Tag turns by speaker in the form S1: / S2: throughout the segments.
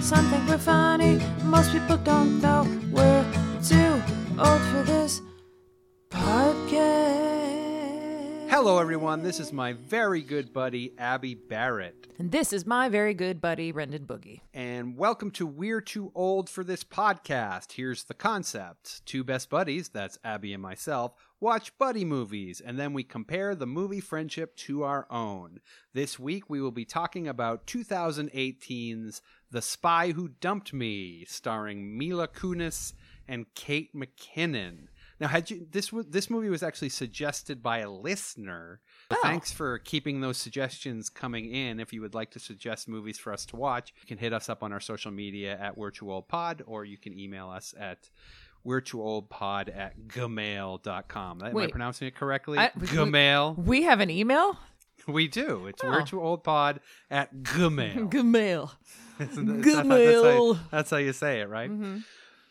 S1: Some think we're funny, most people don't though. We're too old for this podcast.
S2: Hello, everyone. This is my very good buddy, Abby Barrett.
S1: And this is my very good buddy, Brendan Boogie.
S2: And welcome to We're Too Old for This podcast. Here's the concept two best buddies, that's Abby and myself, watch buddy movies, and then we compare the movie friendship to our own. This week, we will be talking about 2018's The Spy Who Dumped Me, starring Mila Kunis and Kate McKinnon. Now, had you this was this movie was actually suggested by a listener. Thanks for keeping those suggestions coming in. If you would like to suggest movies for us to watch, you can hit us up on our social media at We're Too Old Pod, or you can email us at We're Too Old Pod at gmail.com. Am I
S1: Wait.
S2: pronouncing it correctly?
S1: I- we-
S2: gmail.
S1: We have an email?
S2: We do. It's
S1: Oh.
S2: We're Too Old Pod at gmail.
S1: Good mail.
S2: Isn't that- that's how- that's how-
S1: Gmail. Mm-hmm.
S2: That's how you say it, right?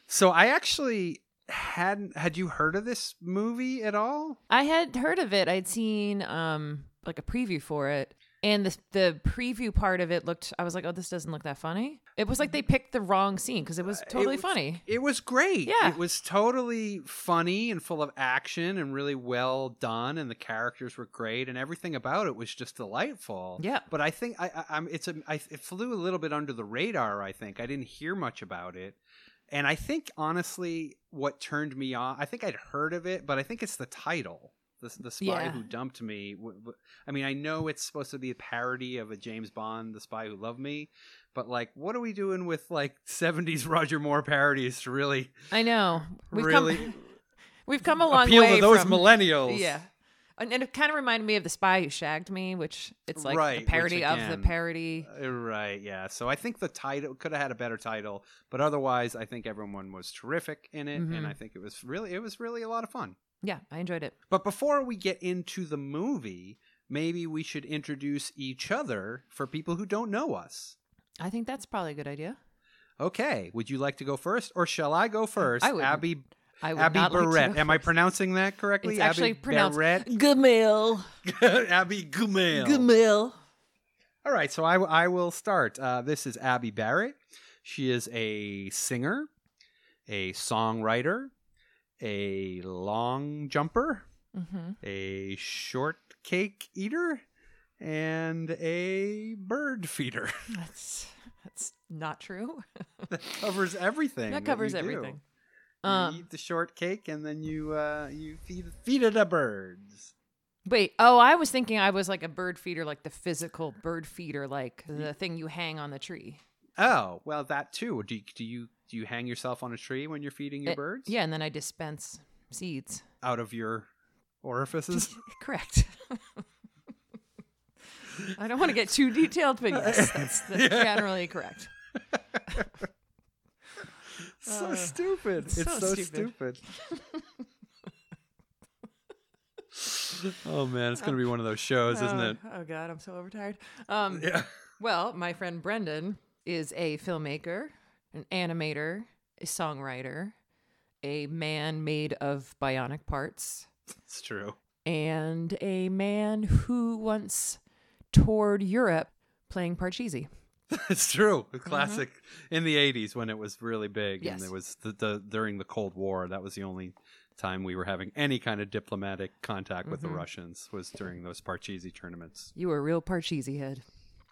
S2: So I actually hadn't had you heard of this movie at all?
S1: I had heard of it. I'd seen um like a preview for it. And the the preview part of it looked I was like, "Oh, this doesn't look that funny." It was like they picked the wrong scene because it was totally
S2: Uh, was-
S1: funny.
S2: It was great.
S1: Yeah.
S2: It was totally funny and full of action and really well done and the characters were great and everything about it was just delightful.
S1: Yeah.
S2: But I think I, I I'm it's a I it flew a little bit under the radar, I think. I didn't hear much about it. And I think honestly what turned me on I think I'd heard of it, but I think it's the title. The, the spy
S1: Yeah.
S2: who dumped me. W- w- I mean, I know it's supposed to be a parody of a James Bond, The Spy Who Loved Me, but like what are we doing with like 70s roger moore parodies to really
S1: I know. We've
S2: really
S1: come We've come a long
S2: appeal
S1: way
S2: to those
S1: from
S2: millennials
S1: Yeah. And, and it kind of reminded me of The Spy Who Shagged Me, which it's like a
S2: Right, which
S1: parody of the
S2: again-
S1: parody.
S2: Uh, right yeah so i think the title could have had a better title but otherwise i think everyone was terrific in it
S1: Mhm.
S2: and i think it was really it was really a lot of fun
S1: Yeah, I enjoyed it.
S2: but before we get into the movie maybe we should introduce each other for people who don't know us
S1: I think that's probably a good idea.
S2: okay would you like to go first or shall i go first
S1: I would-
S2: abby
S1: I would
S2: abby
S1: not
S2: barrett
S1: Like to go
S2: am i
S1: first.
S2: pronouncing that correctly
S1: It's actually
S2: abby
S1: pronounced
S2: barrett
S1: Gamil.
S2: abby Gumail.
S1: Gamil.
S2: All right, so I, I will start. Uh, this is Abby Barrett. She is a singer, a songwriter, a long jumper,
S1: Mm-hmm.
S2: a shortcake eater, and a bird feeder.
S1: That's that's not true.
S2: that covers everything.
S1: that
S2: you
S1: covers
S2: do.
S1: everything.
S2: You
S1: Um,
S2: eat the shortcake, and then you uh, you feed feed it to birds.
S1: wait. Oh, I was thinking I was like a bird feeder, like the physical bird feeder, like the thing you hang on the tree.
S2: Oh well, that too. Do you, do you do you hang yourself on a tree when you're feeding your
S1: Uh,
S2: birds?
S1: Yeah, and then I dispense seeds.
S2: out of your orifices.
S1: Correct. I don't want to get too detailed, but yes, that's, that's generally correct.
S2: so
S1: Uh,
S2: stupid. It's
S1: so
S2: so,
S1: stupid.
S2: stupid. oh man, it's gonna be one of those shows, isn't
S1: oh,
S2: it?
S1: Oh God, I'm so overtired. Um,
S2: Yeah.
S1: Well, my friend Brendan is a filmmaker, an animator, a songwriter, a man made of bionic parts,
S2: It's true.
S1: and a man who once toured Europe playing Parcheesi.
S2: It's true. A classic in the eighties when it was really big
S1: Yes.
S2: and it was the, the during the Cold War, that was the only time we were having any kind of diplomatic contact with the Russians was during those Parcheesi tournaments.
S1: You were a real Parcheesi head.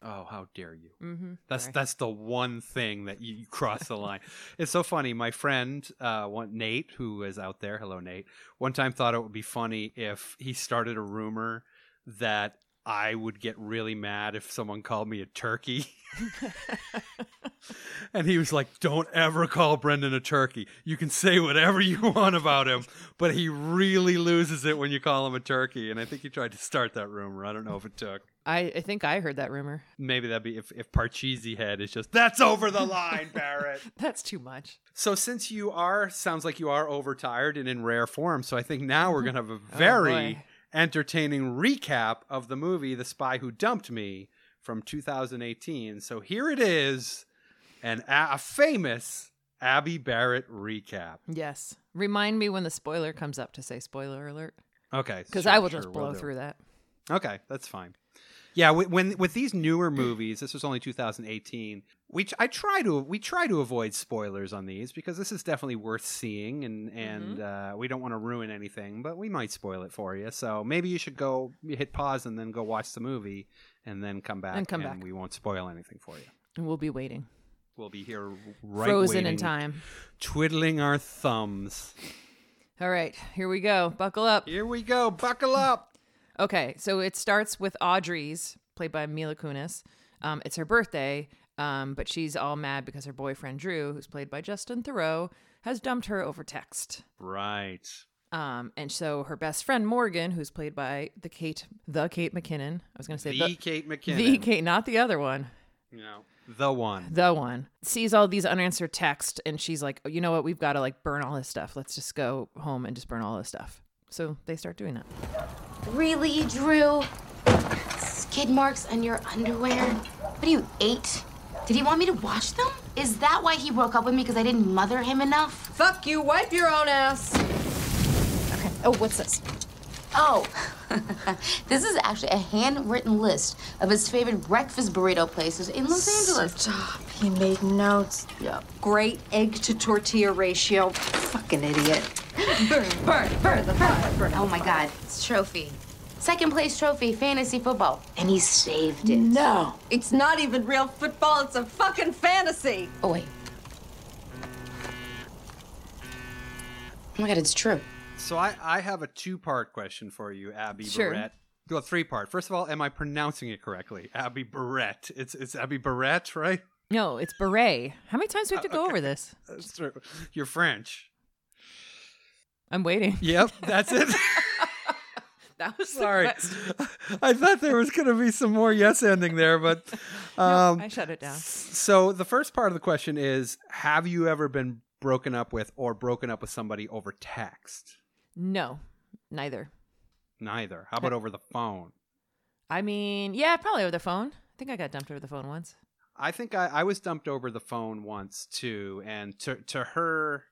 S2: Oh, how dare you.
S1: Mm-hmm.
S2: That's
S1: Sorry.
S2: that's the one thing that you, you cross the line. It's so funny. My friend, uh, one Nate, who is out there, hello Nate. One time thought it would be funny if he started a rumor that I would get really mad if someone called me a turkey. and he was like, "Don't ever call Brendan a turkey. You can say whatever you want about him, but he really loses it when you call him a turkey." And I think he tried to start that rumor. I don't know if it took
S1: I, I think I heard that rumor.
S2: maybe that'd be if, if Parcheesi head is just that's over the line, Barrett.
S1: That's too much.
S2: so since you are sounds like you are overtired and in rare form, so I think now we're gonna have a very
S1: Oh, boy.
S2: entertaining recap of the movie The Spy Who Dumped Me from 2018. So here it is, an a, a famous Abby Barrett recap.
S1: Yes. Remind me when the spoiler comes up to say spoiler alert,
S2: Okay,
S1: because
S2: sure,
S1: I will
S2: sure,
S1: just
S2: will
S1: blow
S2: do.
S1: through that.
S2: Okay, that's fine. Yeah, wi- when with these newer movies, this was only 2018. We I try to we try to avoid spoilers on these because this is definitely worth seeing, and and
S1: Mm-hmm.
S2: uh, we don't want to ruin anything, but we might spoil it for you. So maybe you should go you hit pause and then go watch the movie, and then come back
S1: And come back.
S2: We won't spoil anything for you.
S1: And we'll be waiting,
S2: We'll be here right
S1: frozen in
S2: waiting,
S1: time.
S2: twiddling our thumbs.
S1: All right, here we go. Buckle up.
S2: Here we go. Buckle up.
S1: Okay, so it starts with Audrey's, played by Mila Kunis. Um, it's her birthday, um, but she's all mad because her boyfriend Drew, who's played by Justin Thoreau, has dumped her over text.
S2: Right.
S1: Um, and so her best friend Morgan, who's played by the Kate, the Kate McKinnon. I was going to say
S2: The,
S1: the,
S2: Kate McKinnon.
S1: the Kate, not the other one.
S2: You know, the one.
S1: the one sees all these unanswered texts and she's like oh, you know what we've got to like burn all this stuff let's just go home and just burn all this stuff so they start doing that
S3: Really, Drew? Skid marks on your underwear? What are you, eight? Did he want me to wash them? Is that why he broke up with me because I didn't mother him enough?
S4: Fuck you, wipe your own ass. Okay. Oh, what's this?
S3: Oh, this is actually a handwritten list of his favorite breakfast burrito places in Los Angeles.
S4: Stop. He made notes.
S3: Yep.
S4: Great egg to tortilla ratio. Fucking idiot. burn, burn, burn the fire, burn.
S3: Oh my God, it's trophy. Second place trophy, fantasy football. And he saved it.
S4: No. It's not even real football. It's a fucking fantasy.
S3: Oh, wait. Oh my God, it's true.
S2: So I, I have a two part question for you, Abby
S1: Sure.
S2: Barrett. Well, three part. First of all, am I pronouncing it correctly? Abby Barrett. It's it's Abby Barrett, right?
S1: no it's beret how many times do we
S2: Uh,
S1: have to go over this
S2: That's true. You're French.
S1: i'm waiting
S2: Yep, that's it.
S1: that was
S2: Sorry.
S1: the question.
S2: I thought there was going to be some more yes ending there, but um,
S1: i shut it down
S2: So the first part of the question is: Have you ever been broken up with or broken up with somebody over text?
S1: no neither
S2: Neither. How
S1: Uh,
S2: about over the phone?
S1: i mean yeah probably over the phone i think i got dumped over the phone once
S2: I think I, I was dumped over the phone once too, and to to her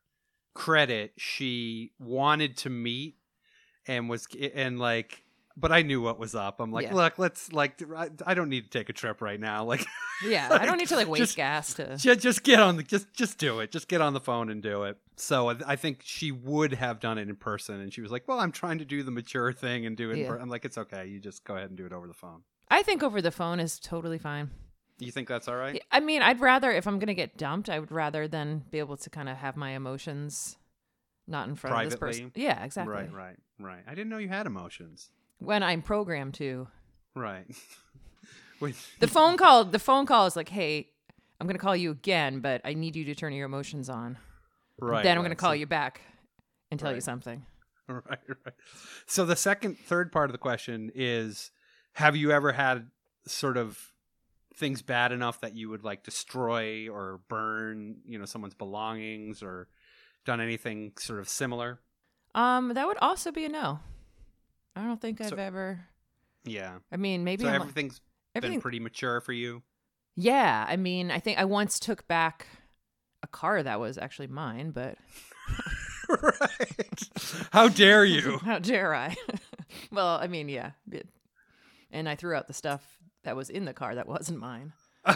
S2: credit, she wanted to meet and was and like. But I knew what was up. I'm like,
S1: Yeah.
S2: look, let's like, I- I don't need to take a trip right now. Like,
S1: yeah i don't need to like waste
S2: Just-
S1: gas to
S2: just, just get on the just just do it just get on the phone and do it so I, I think she would have done it in person and she was like well i'm trying to do the mature thing and do it in
S1: Yeah.
S2: per-. i'm like it's okay you just go ahead and do it over the phone
S1: i think over the phone is totally fine
S2: you think that's all right
S1: I mean, I'd rather if I'm gonna get dumped, I would rather than be able to kind of have my emotions not in front of this person.
S2: Privately.
S1: Yeah, exactly.
S2: right right right i didn't know you had emotions
S1: When I'm programmed to
S2: right Wait,
S1: the phone call, the phone call is like, "Hey, I'm gonna call you again, but I need you to turn your emotions on.
S2: right
S1: then I'm
S2: right.
S1: gonna call
S2: So-
S1: you back and tell you
S2: Right.
S1: something."
S2: right right so the second third part of the question is have you ever had sort of things bad enough that you would like destroy or burn you know someone's belongings or done anything sort of similar
S1: Um, that would also be a no. I don't think I've
S2: So-
S1: ever.
S2: yeah
S1: I mean, maybe
S2: so
S1: I'm like-
S2: everything's
S1: everything-
S2: been pretty mature for you
S1: Yeah, I mean, I think I once took back a car that was actually mine, but
S2: right how dare you
S1: How dare I? well, I mean, yeah. it- And I threw out the stuff that was in the car that wasn't mine.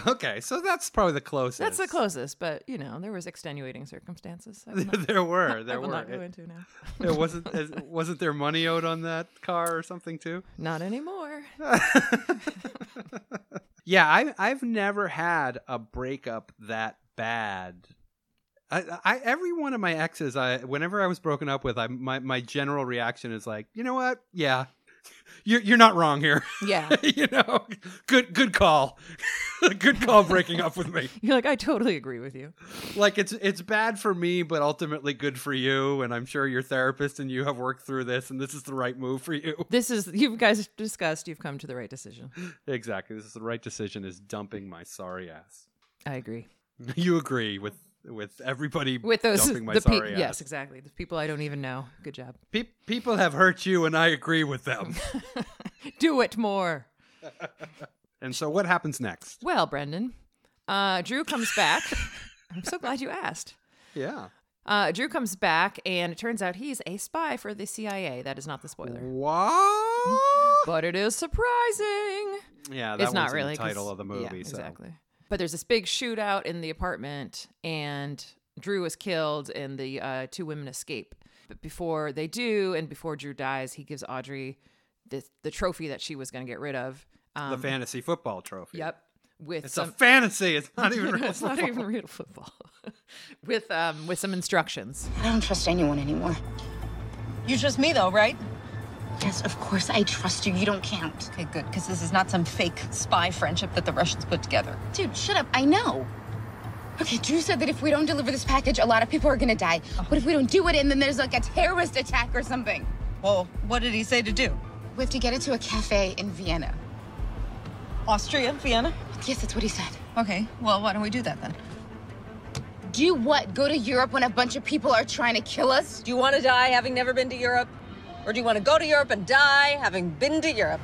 S2: okay so that's probably the closest
S1: That's the closest, but you know, there was extenuating circumstances. I will not,
S2: there were
S1: I
S2: there
S1: will
S2: were
S1: not go
S2: it,
S1: into now.
S2: it wasn't wasn't there money owed on that car or something too
S1: Not anymore.
S2: Yeah, I, I've never had a breakup that bad. I, I every one of my exes, I whenever I was broken up with, I my, my general reaction is like, you know what? Yeah, you're you're not wrong here.
S1: Yeah.
S2: you know, good good call, good call breaking up with me.
S1: You're like, I totally agree with you.
S2: Like it's it's bad for me, but ultimately good for you. And I'm sure your therapist and you have worked through this, and this is the right move for you.
S1: This is you guys discussed, you've come to the right decision.
S2: Exactly, this is the right decision. Is dumping my sorry ass.
S1: I agree.
S2: You agree with with everybody
S1: With those
S2: dumping my
S1: the pe-
S2: sorry ass.
S1: yes, exactly. The people I don't even know. Good job.
S2: Pe- people have hurt you, and I agree with them.
S1: Do it more.
S2: and so, what happens next?
S1: Well, Brendan, uh, Drew comes back. I'm so glad you asked.
S2: Yeah.
S1: Uh, Drew comes back, and it turns out he's a spy for the CIA. That is not the spoiler,
S2: What?
S1: but it is surprising.
S2: Yeah, that
S1: it's not
S2: one's in
S1: really
S2: the
S1: 'cause-
S2: title of the movie.
S1: yeah,
S2: so.
S1: Exactly. But there's this big shootout in the apartment, and Drew is killed, and the uh, two women escape. But before they do, and before Drew dies, he gives Audrey the the trophy that she was going to get rid of. Um,
S2: The fantasy football trophy.
S1: Yep. With
S2: It's
S1: some,
S2: a fantasy. It's not even real.
S1: it's not even real football. with um with some instructions.
S3: I don't trust anyone anymore.
S5: You trust me though, right?
S3: Yes, of course I trust you. You don't count.
S5: Okay, good, because this is not some fake spy friendship that the Russians put together.
S3: Dude, shut up. I know. Okay, Drew said that if we don't deliver this package, a lot of people are gonna die.
S5: Oh.
S3: What if we don't do it and then there's like a terrorist attack or something?
S5: Well, what did he say to do?
S3: We have to get it to a cafe in Vienna.
S5: Austria, Vienna?
S3: Yes, that's what he said.
S5: Okay, well, why don't we do that then?
S3: Do what? Go to Europe when a bunch of people are trying to kill us?
S5: Do you want to die having never been to Europe? Or do you want to go to Europe and die having been to Europe?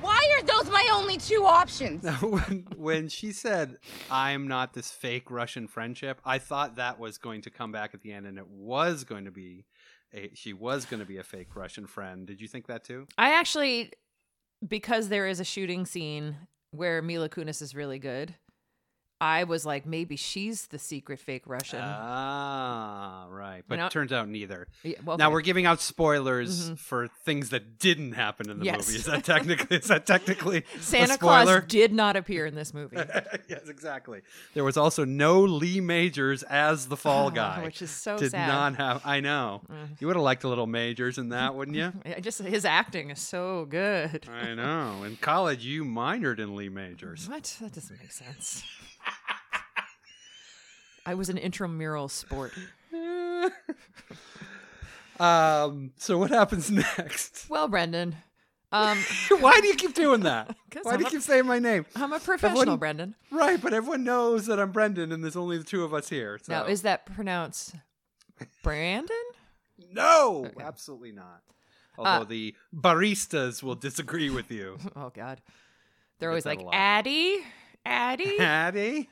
S3: Why are those my only two options?
S2: when, when she said, I'm not this fake Russian friendship, I thought that was going to come back at the end and it was going to be. A, she was going to be a fake Russian friend. Did you think that too?
S1: I actually, because there is a shooting scene where Mila Kunis is really good, I was like, maybe she's the secret fake Russian.
S2: Ah, right. But
S1: know-
S2: it turns out neither.
S1: Uh-huh. Yeah, well,
S2: Now
S1: okay. Mm-hmm.
S2: we're giving out spoilers for things that didn't happen in the
S1: Yes.
S2: movie. Is that technically is that technically a
S1: Santa
S2: spoiler?
S1: Claus did not appear in this movie,
S2: yes, exactly. There was also no Lee Majors as the Fall Guy,
S1: which is so
S2: did
S1: sad. Mm.
S2: not have. I know you would have liked a little Majors in that, wouldn't you?
S1: Yeah, Just his acting is so good.
S2: I know. In college, you minored in Lee Majors.
S1: What? That doesn't make sense. I was an intramural sport.
S2: Um. So what happens next?
S1: Well, Brendan, um,
S2: Why do you keep doing that?
S1: 'Cause
S2: Why
S1: I'm
S2: do you
S1: a-
S2: keep saying my name?
S1: I'm a professional,
S2: Everyone-
S1: Brendan.
S2: Right, but everyone knows that I'm Brendan, and there's only the two of us here. So.
S1: Now, is that pronounced Brandon?
S2: no, absolutely not.
S1: Uh,
S2: Although the baristas will disagree with you,
S1: Oh God, they're always
S2: that
S1: like
S2: a lot.
S1: Addie, Addie. I'm
S2: Addie.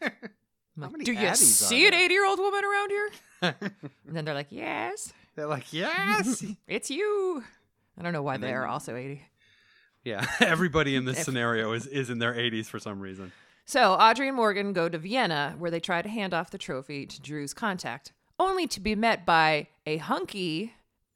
S1: like,
S2: many
S1: Do you
S2: Addies are
S1: see an
S2: there?"
S1: eighty-year-old woman around here? and then they're like, Yes,
S2: They're like, yes.
S1: it's you. I don't know why they are also eighty.
S2: yeah, everybody in this scenario is, is in their 80s for some reason.
S1: So Audrey and Morgan go to Vienna, where they try to hand off the trophy to Drew's contact, only to be met by a hunky.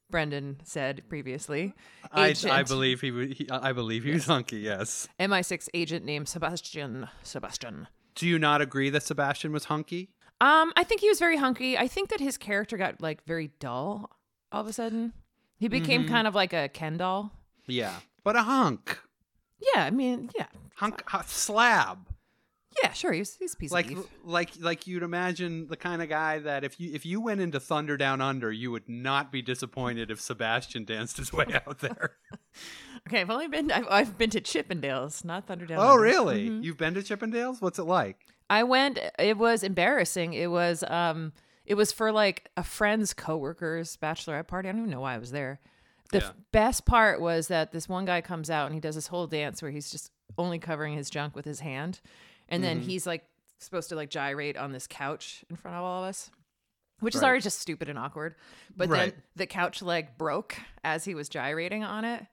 S1: Brendan said previously,
S2: I, I
S1: agent-
S2: believe he, w- he I believe he was hunky. Yes.
S1: MI6 agent named Sebastian. Sebastian.
S2: Do you not agree that Sebastian was hunky?
S1: Um, I think he was very hunky. I think that his character got like very dull all of a sudden. He became
S2: Mm-hmm.
S1: kind of like a Ken doll.
S2: Yeah, but a hunk,
S1: Yeah, I mean, yeah,
S2: hunk hu- slab,
S1: yeah, sure. He's he's a piece
S2: like
S1: of beef.
S2: like like you'd imagine the kind of guy that if you if you went into Thunder Down Under, you would not be disappointed if Sebastian danced his way out there.
S1: Okay, I've only been I've, I've been to Chippendales, not Thunderdale.
S2: oh, really? You've been to Chippendales? What's it like?
S1: I went. It was embarrassing. It was um, it was for like a friend's coworker's bachelorette party. I don't even know why I was there. The f- best part was that this one guy comes out and he does this whole dance where he's just only covering his junk with his hand, and then
S2: Mm-hmm.
S1: he's like supposed to like gyrate on this couch in front of all of us. Which is
S2: Right.
S1: already just stupid and awkward, but
S2: Right.
S1: then the couch leg broke as he was gyrating on it,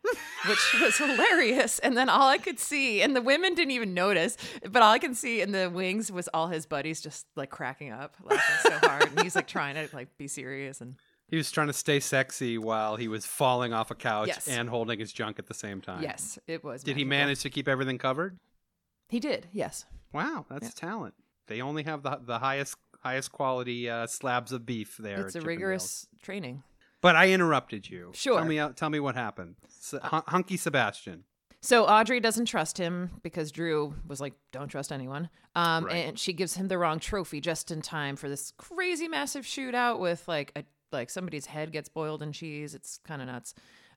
S1: which was hilarious. And then all I could see, and the women didn't even notice, but all I can see in the wings was all his buddies just like cracking up, laughing so hard, and he's like trying to like be serious. And
S2: He was trying to stay sexy while he was falling off a couch
S1: Yes.
S2: and holding his junk at the same time.
S1: yes, it was.
S2: Did he
S1: magical.
S2: manage to keep everything covered?
S1: He did. Yes.
S2: Wow, that's talent. They only have the the highest highest quality uh, slabs of beef there.
S1: it's
S2: at
S1: a
S2: Chippendales.
S1: rigorous training.
S2: But I interrupted you.
S1: Sure. Uh,
S2: Tell me out- tell me what happened. Se- Hun- hunky Sebastian.
S1: So Audrey doesn't trust him because Drew was like, "Don't trust anyone," um,
S2: Right.
S1: and she gives him the wrong trophy just in time for this crazy massive shootout with like a like somebody's head gets boiled in cheese. It's kind of nuts,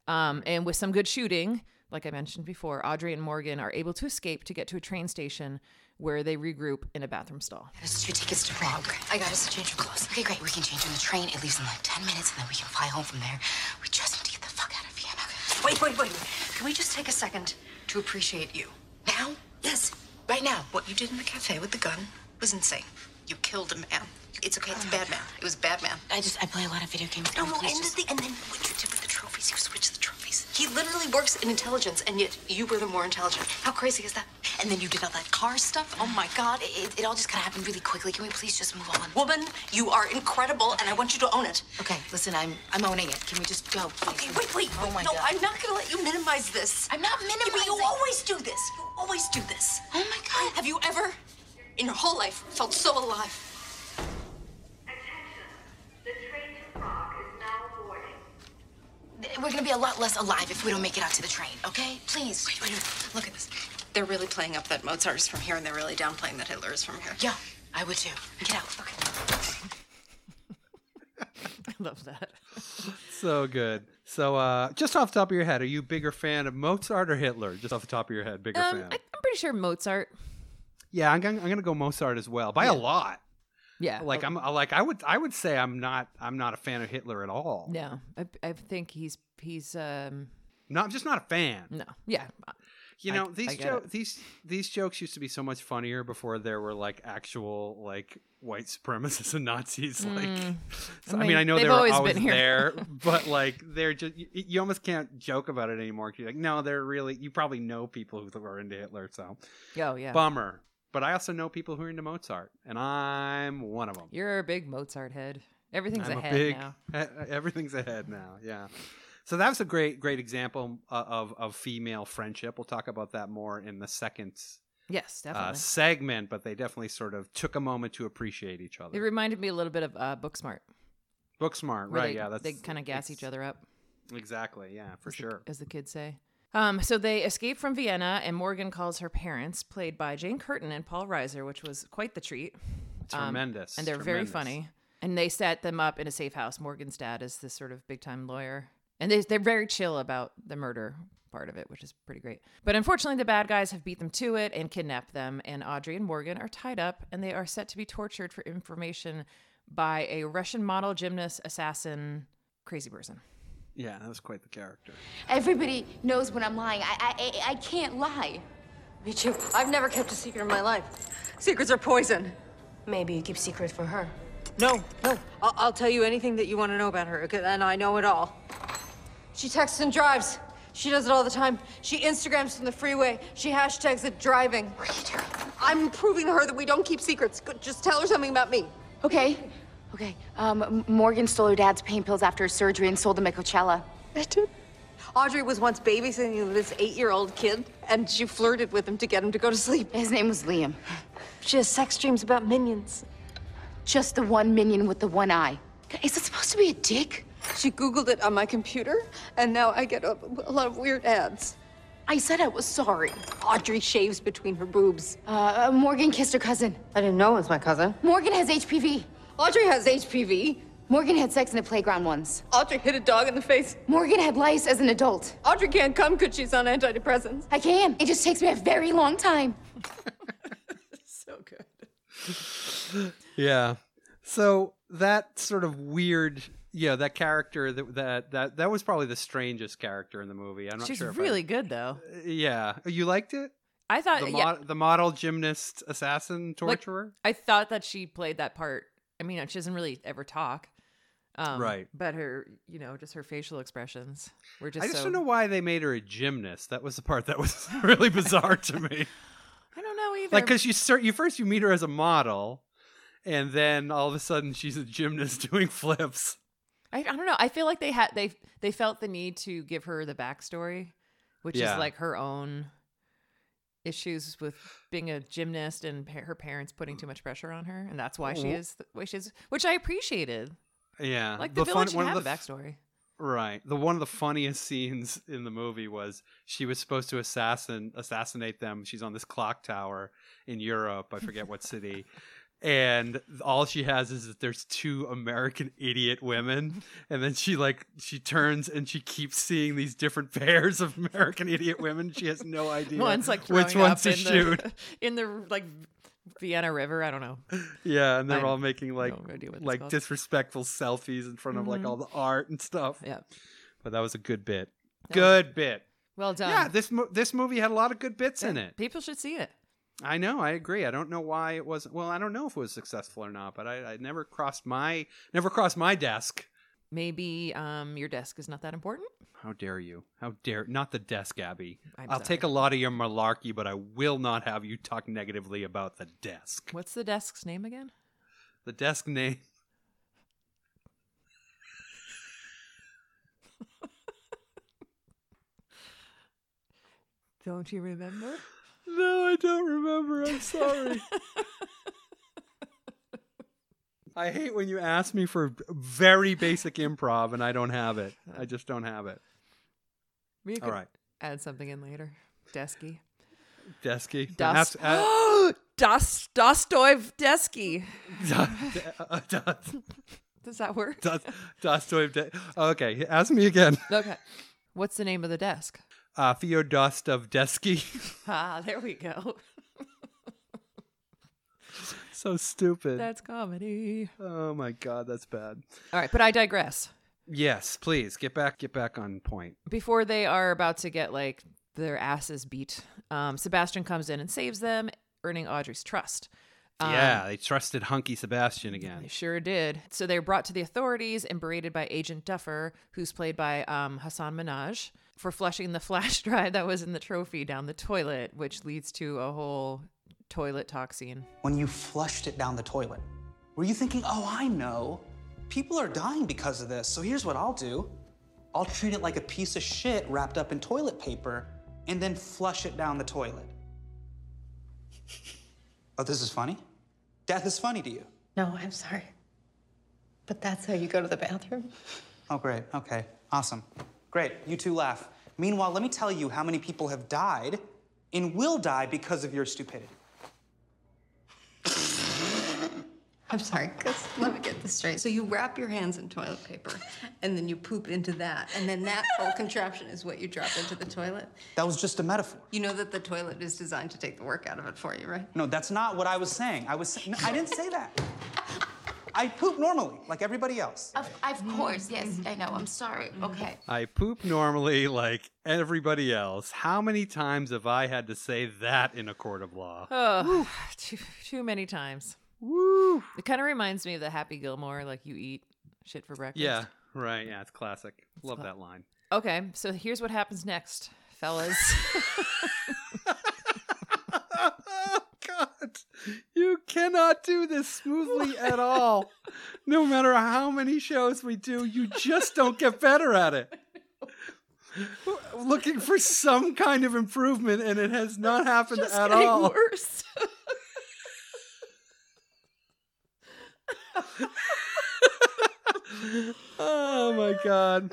S1: um, and with some good shooting, like I mentioned before, Audrey and Morgan are able to escape to get to a train station where they regroup in a bathroom stall.
S3: That is two tickets to Prague. I got us a change of clothes. Okay, great. We can change on the train. It leaves in like 10 minutes and then we can fly home from there. We just need to get the fuck out of Vienna.
S5: Wait, wait, wait. Can we just take a second to appreciate you?
S3: Now?
S5: Yes.
S3: Right now.
S5: What you did in the cafe with the gun was insane. You killed a man. It's okay. It's bad man. It was bad man.
S3: I just, I play a lot of video games.
S5: No, no,
S3: Please
S5: and,
S3: just-
S5: the, and then what you did with the trophy.
S6: crazy who switched the trophies? He literally works in intelligence, and yet you were the more intelligent. How crazy is that? And then you did all that car stuff. Oh my God, it, it all just kind of happened really quickly. Can we please just move on? Woman, you are incredible, and I want you to own it.
S3: Okay, listen, I'm I'm owning it. Can we just go?
S6: Okay, wait, wait.
S3: Oh my
S6: no,
S3: god.
S6: I'm not gonna let you minimize this.
S3: I'm not
S6: Yeah, but you
S3: minimizing.
S6: always do this. You always do this.
S3: Oh my God.
S6: Have you ever, in your whole life, felt so alive?
S7: Attention, the train to Prague is now boarding.
S3: We're gonna be a lot less alive if we don't make it out to the train, okay? Please.
S6: Wait, wait, wait. Look at this. They're really playing up that Mozart is from here, and they're really downplaying that Hitler is from here.
S3: Yeah, I would too. Get out. Okay.
S1: I love that.
S2: So good. So, uh, just off the top of your head, are you a bigger fan of Mozart or Hitler? Just off the top of your head, bigger
S1: Um,
S2: fan.
S1: I, I'm pretty sure Mozart.
S2: yeah, I'm gonna, I'm gonna go Mozart as well by a lot.
S1: Yeah,
S2: Like I'm like I would I would say I'm not I'm not a fan of Hitler at all.
S1: no, I, I think he's he's um
S2: No, I'm just not a fan.
S1: no, yeah,
S2: You
S1: I-
S2: know
S1: I
S2: these
S1: get
S2: jo-
S1: it.
S2: these these jokes used to be so much funnier before there were like actual like white supremacists and Nazis. Like, So, I, mean,
S1: Hmm. mean,
S2: I know
S1: they've
S2: they were
S1: always
S2: always,
S1: been here.
S2: there, but like they're just you, you almost can't joke about it anymore. 'cause You're like, no, they're really you probably know people who were into Hitler, so
S1: oh yeah.
S2: bummer. But I also know people who are into Mozart, and I'm one of them.
S1: You're a big Mozart head. Everything's
S2: I'm
S1: a
S2: a
S1: head
S2: big
S1: now.
S2: he- everything's ahead now. Yeah. So that was a great great example uh, of of female friendship. We'll talk about that more in the second
S1: Yes, definitely.
S2: uh, segment, but they definitely sort of took a moment to appreciate each
S1: it
S2: other.
S1: reminded me a little bit of uh, Booksmart,
S2: Book smart,
S1: where
S2: right?
S1: they,
S2: yeah, that's
S1: they kind of gas each other up.
S2: Exactly. Yeah, for sure.
S1: as the kids say. Um, so they escape from Vienna, and Morgan calls her parents, played by Jane Curtin and Paul Reiser, which was quite the treat. Um,
S2: Tremendous.
S1: and they're
S2: tremendous.
S1: very funny. And they set them up in a safe house. Morgan's dad is this sort of big time lawyer, and they they're very chill about the murder part of it, which is pretty great. But unfortunately, the bad guys have beat them to it and kidnapped them. And Audrey and Morgan are tied up, and they are set to be tortured for information by a Russian model gymnast assassin crazy person.
S2: Yeah, that was quite the character.
S4: Everybody knows when I'm lying. I, I, I- I can't lie.
S8: Me too. I've never kept a secret in my life.
S5: Secrets are poison.
S8: Maybe you keep secret for her.
S5: No, no. I'll, I'll tell you anything that you want to know about her, okay? and I know it all. She texts and drives. She does it all the time. She Instagrams from the freeway. She hashtags it driving. I'm proving to her that we don't keep secrets. Go- Just tell her something about me.
S3: Okay. Okay. Um, M- Morgan stole her dad's pain pills after his surgery and sold them at Coachella.
S5: Audrey was once babysitting this eight-year-old kid, and she flirted with him to get him to go to sleep.
S3: His name was Liam.
S8: She has sex dreams about minions.
S3: Just the one minion with the one eye. Is it supposed to be a dick?
S5: She Googled it on my computer, and now I get a, a lot of weird ads.
S3: I said I was sorry.
S5: Audrey shaves between her boobs.
S3: Uh, Morgan kissed her cousin.
S5: I didn't know it was my cousin.
S3: Morgan has HPV.
S5: Audrey has HPV.
S3: Morgan had sex in the playground once.
S5: Audrey hit a dog in the face.
S3: Morgan had lice as an adult.
S5: Audrey can't come because she's on antidepressants.
S3: I can. It just takes me a very long time.
S2: Yeah. So that sort of weird, yeah, that character that that that that was probably the strangest character in the movie. I'm not
S1: She's
S2: sure. if I-
S1: really good though.
S2: yeah. You liked it?
S1: I thought
S2: the,
S1: yeah,
S2: mod- the model gymnast assassin
S1: Like,
S2: torturer
S1: I thought that she played that part. I mean, she doesn't really ever talk. Um,
S2: Right.
S1: But her, you know, just her facial expressions were just.
S2: i just
S1: so,
S2: don't know why they made her a gymnast that was the part that was really bizarre to me
S1: I don't know either.
S2: like because you start you first you meet her as a model and then all of a sudden she's a gymnast doing flips
S1: I, I don't know. I feel like they had they they felt the need to give her the backstory, which
S2: Yeah.
S1: is like her own issues with being a gymnast and pa- her parents putting too much pressure on her, and that's why she is the way she is, which I appreciated.
S2: yeah
S1: Like the,
S2: fun-
S1: village should
S2: one of
S1: have
S2: the
S1: a
S2: f-
S1: backstory.
S2: right the one of the funniest scenes in the movie was she was supposed to assassin assassinate them she's on this clock tower in europe i forget what city and all she has is that there's two American idiot women, and then she like she turns and she keeps seeing these different pairs of American idiot women. She has no idea
S1: One's like
S2: which
S1: throwing
S2: ones
S1: up
S2: to
S1: in
S2: shoot.
S1: The, in the like Vienna River. I don't know.
S2: yeah, and they're
S1: I
S2: all making like
S1: no idea what it's
S2: like
S1: called. Mm-hmm.
S2: disrespectful selfies in front of like all the art and stuff.
S1: Yeah.
S2: But that was a good bit. good bit.
S1: Well done.
S2: yeah, this mo- this movie had a lot of good bits in it.
S1: People should see it.
S2: I know, I agree. I don't know why it wasn't. Well, I don't know if it was successful or not, but I, I never crossed my never crossed my desk
S1: Maybe um, your desk is not that important.
S2: How dare you? How dare not the desk, Abby. i
S1: I'm
S2: will take a lot of your malarkey, but I will not have you talk negatively about the desk.
S1: What's the desk's name again?
S2: The desk name.
S1: Don't you remember?
S2: No, I don't remember. I'm sorry. I hate when you ask me for very basic improv and I don't have it. I just don't have it.
S1: We could
S2: All right,
S1: add something in later. Desky.
S2: Desky.
S1: Dust.
S2: Perhaps uh, add-
S1: Dust. Dostoev Desky.
S2: Uh, Dost-
S1: Does that work?
S2: Dost- Dostoev. De- okay, ask me again.
S1: Okay. What's the name of the desk?
S2: Uh, Fyodor Dostoevsky.
S1: Ah, there we go.
S2: so stupid.
S1: That's comedy.
S2: oh my god, that's bad.
S1: All right, but I digress.
S2: Yes, please get back, get back on point.
S1: Before they are about to get like their asses beat, um, Sebastian comes in and saves them, earning Audrey's trust.
S2: yeah, they trusted hunky Sebastian
S1: They
S2: again.
S1: sure did. So they're brought to the authorities and berated by Agent Duffer, who's played by um, Hassan Minaj, for flushing the flash drive that was in the trophy down the toilet, which leads to a whole toilet talk scene.
S9: when you flushed it down the toilet? Were you thinking, oh, I know, people are dying because of this, so here's what I'll do I'll treat it like a piece of shit wrapped up in toilet paper and then flush it down the toilet. oh, this is funny? Death is funny to you.
S10: No, I'm sorry. But that's how you go to the bathroom?
S9: Oh, great. Okay. Awesome. Great. You two laugh. Meanwhile, let me tell you how many people have died and will die because of your stupidity.
S10: I'm sorry, because let me get this straight. So you wrap your hands in toilet paper, and then you poop into that, and then that whole contraption is what you drop into the toilet.
S9: That was just a metaphor.
S10: You know that the toilet is designed to take the work out of it for you, right?
S9: No, that's not what I was saying. I was no, I didn't say that. I poop normally, like everybody else.
S3: Of, of course, yes, I know. I'm sorry. Okay.
S2: I poop normally like everybody else. How many times have I had to say that in a court of law?
S1: Oh, too, too many times. Woo! It kind of reminds me of the Happy Gilmore, like you eat shit for breakfast.
S2: Yeah, right. Yeah, it's classic. Love that line.
S1: Okay, so here's what happens next, fellas.
S2: Oh God, you cannot do this smoothly at all. No matter how many shows we do, you just don't get better at it. Looking for some kind of improvement, and it has not happened
S1: It's
S2: at
S1: getting
S2: all.
S1: worse.
S2: Oh my God.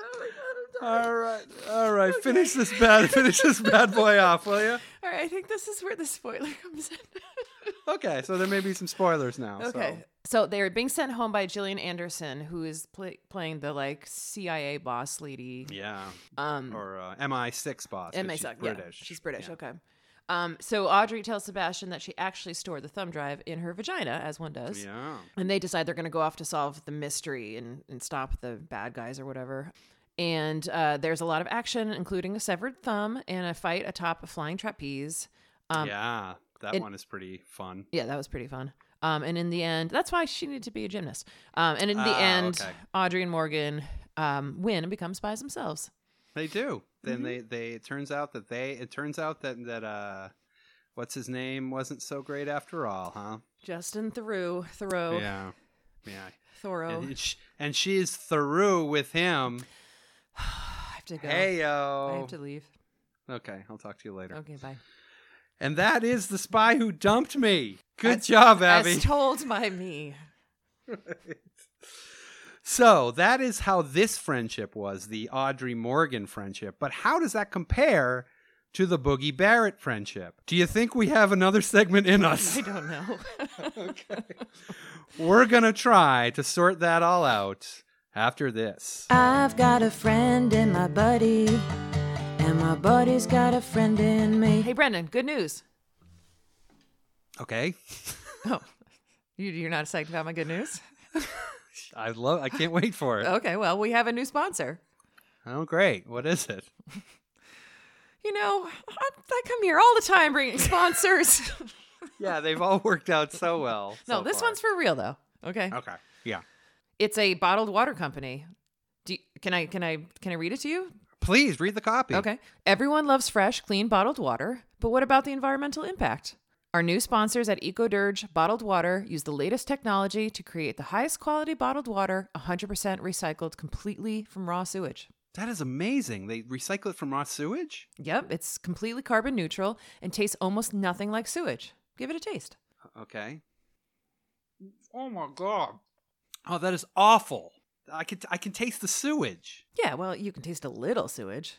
S2: All right, all right. Finish this bad, finish this bad boy off, will you?
S1: All right, I think this is where the spoiler comes in.
S2: Okay, so there may be some spoilers now.
S1: Okay. So, they're being sent home by Gillian Anderson, who is play, playing the like CIA boss lady.
S2: So. Yeah. Um. Or uh, MI6 boss. 'cause
S1: And my
S2: she's
S1: son- yeah,
S2: British.
S1: she's British. Okay. Um, so Audrey tells Sebastian that she actually stored the thumb drive in her vagina, as one does.
S2: Yeah.
S1: And they decide they're going to go off to solve the mystery and, and stop the bad guys or whatever. And uh, there's a lot of action, including a severed thumb and a fight atop a flying trapeze.
S2: yeah, that
S1: Um, and-
S2: one is pretty fun.
S1: Yeah, that was pretty fun. Um, and in the end, that's why she needed to be a gymnast. Um, and in the
S2: Ah,
S1: end,
S2: okay.
S1: Audrey and Morgan um, win and become spies themselves.
S2: They do. Then
S1: Mm-hmm.
S2: they they it turns out that they it turns out that that uh what's his name wasn't so great after all, huh?
S1: Justin Thoreau, Thoreau,
S2: Yeah. Yeah.
S1: Thoreau.
S2: And, she, and she's through with him.
S1: I have to go.
S2: Hey yo.
S1: I have to leave.
S2: Okay, I'll talk to you later.
S1: Okay, bye.
S2: And that is the spy who dumped me. Good job, Abby.
S1: As told by me.
S2: so that is how this friendship was, the Audrey Morgan friendship. But how does that compare to the Boogie Barrett friendship? Do you think we have another segment in us?
S1: I don't know.
S2: We're going to try to sort that all out after this.
S11: I've got a friend in my buddy, and my buddy's got a friend in me.
S1: hey, Brendan, good news.
S2: Okay.
S1: Oh, you, you're not psyched about my good news?
S2: I love I can't wait for it.
S1: Okay, well, we have a new sponsor.
S2: Oh great. What is it?
S1: You know, I, I come here all the time bringing sponsors.
S2: Yeah, they've all worked out so well.
S1: no,
S2: so
S1: this
S2: far.
S1: one's for real, though. Okay.
S2: Okay. Yeah.
S1: It's a bottled water company. Do you, can I can I can I read it to you?
S2: Please read the copy.
S1: Okay. Everyone loves fresh, clean bottled water, but what about the environmental impact? Our new sponsors at EcoDurge Bottled Water use the latest technology to create the highest quality bottled water, 100% recycled completely from raw sewage.
S2: That is amazing. They recycle it from raw sewage?
S1: Yep, it's completely carbon neutral and tastes almost nothing like sewage. Give it a taste.
S2: Okay. Oh my god. Oh, that is awful. I can I can taste the sewage.
S1: Yeah, well, you can taste a little sewage,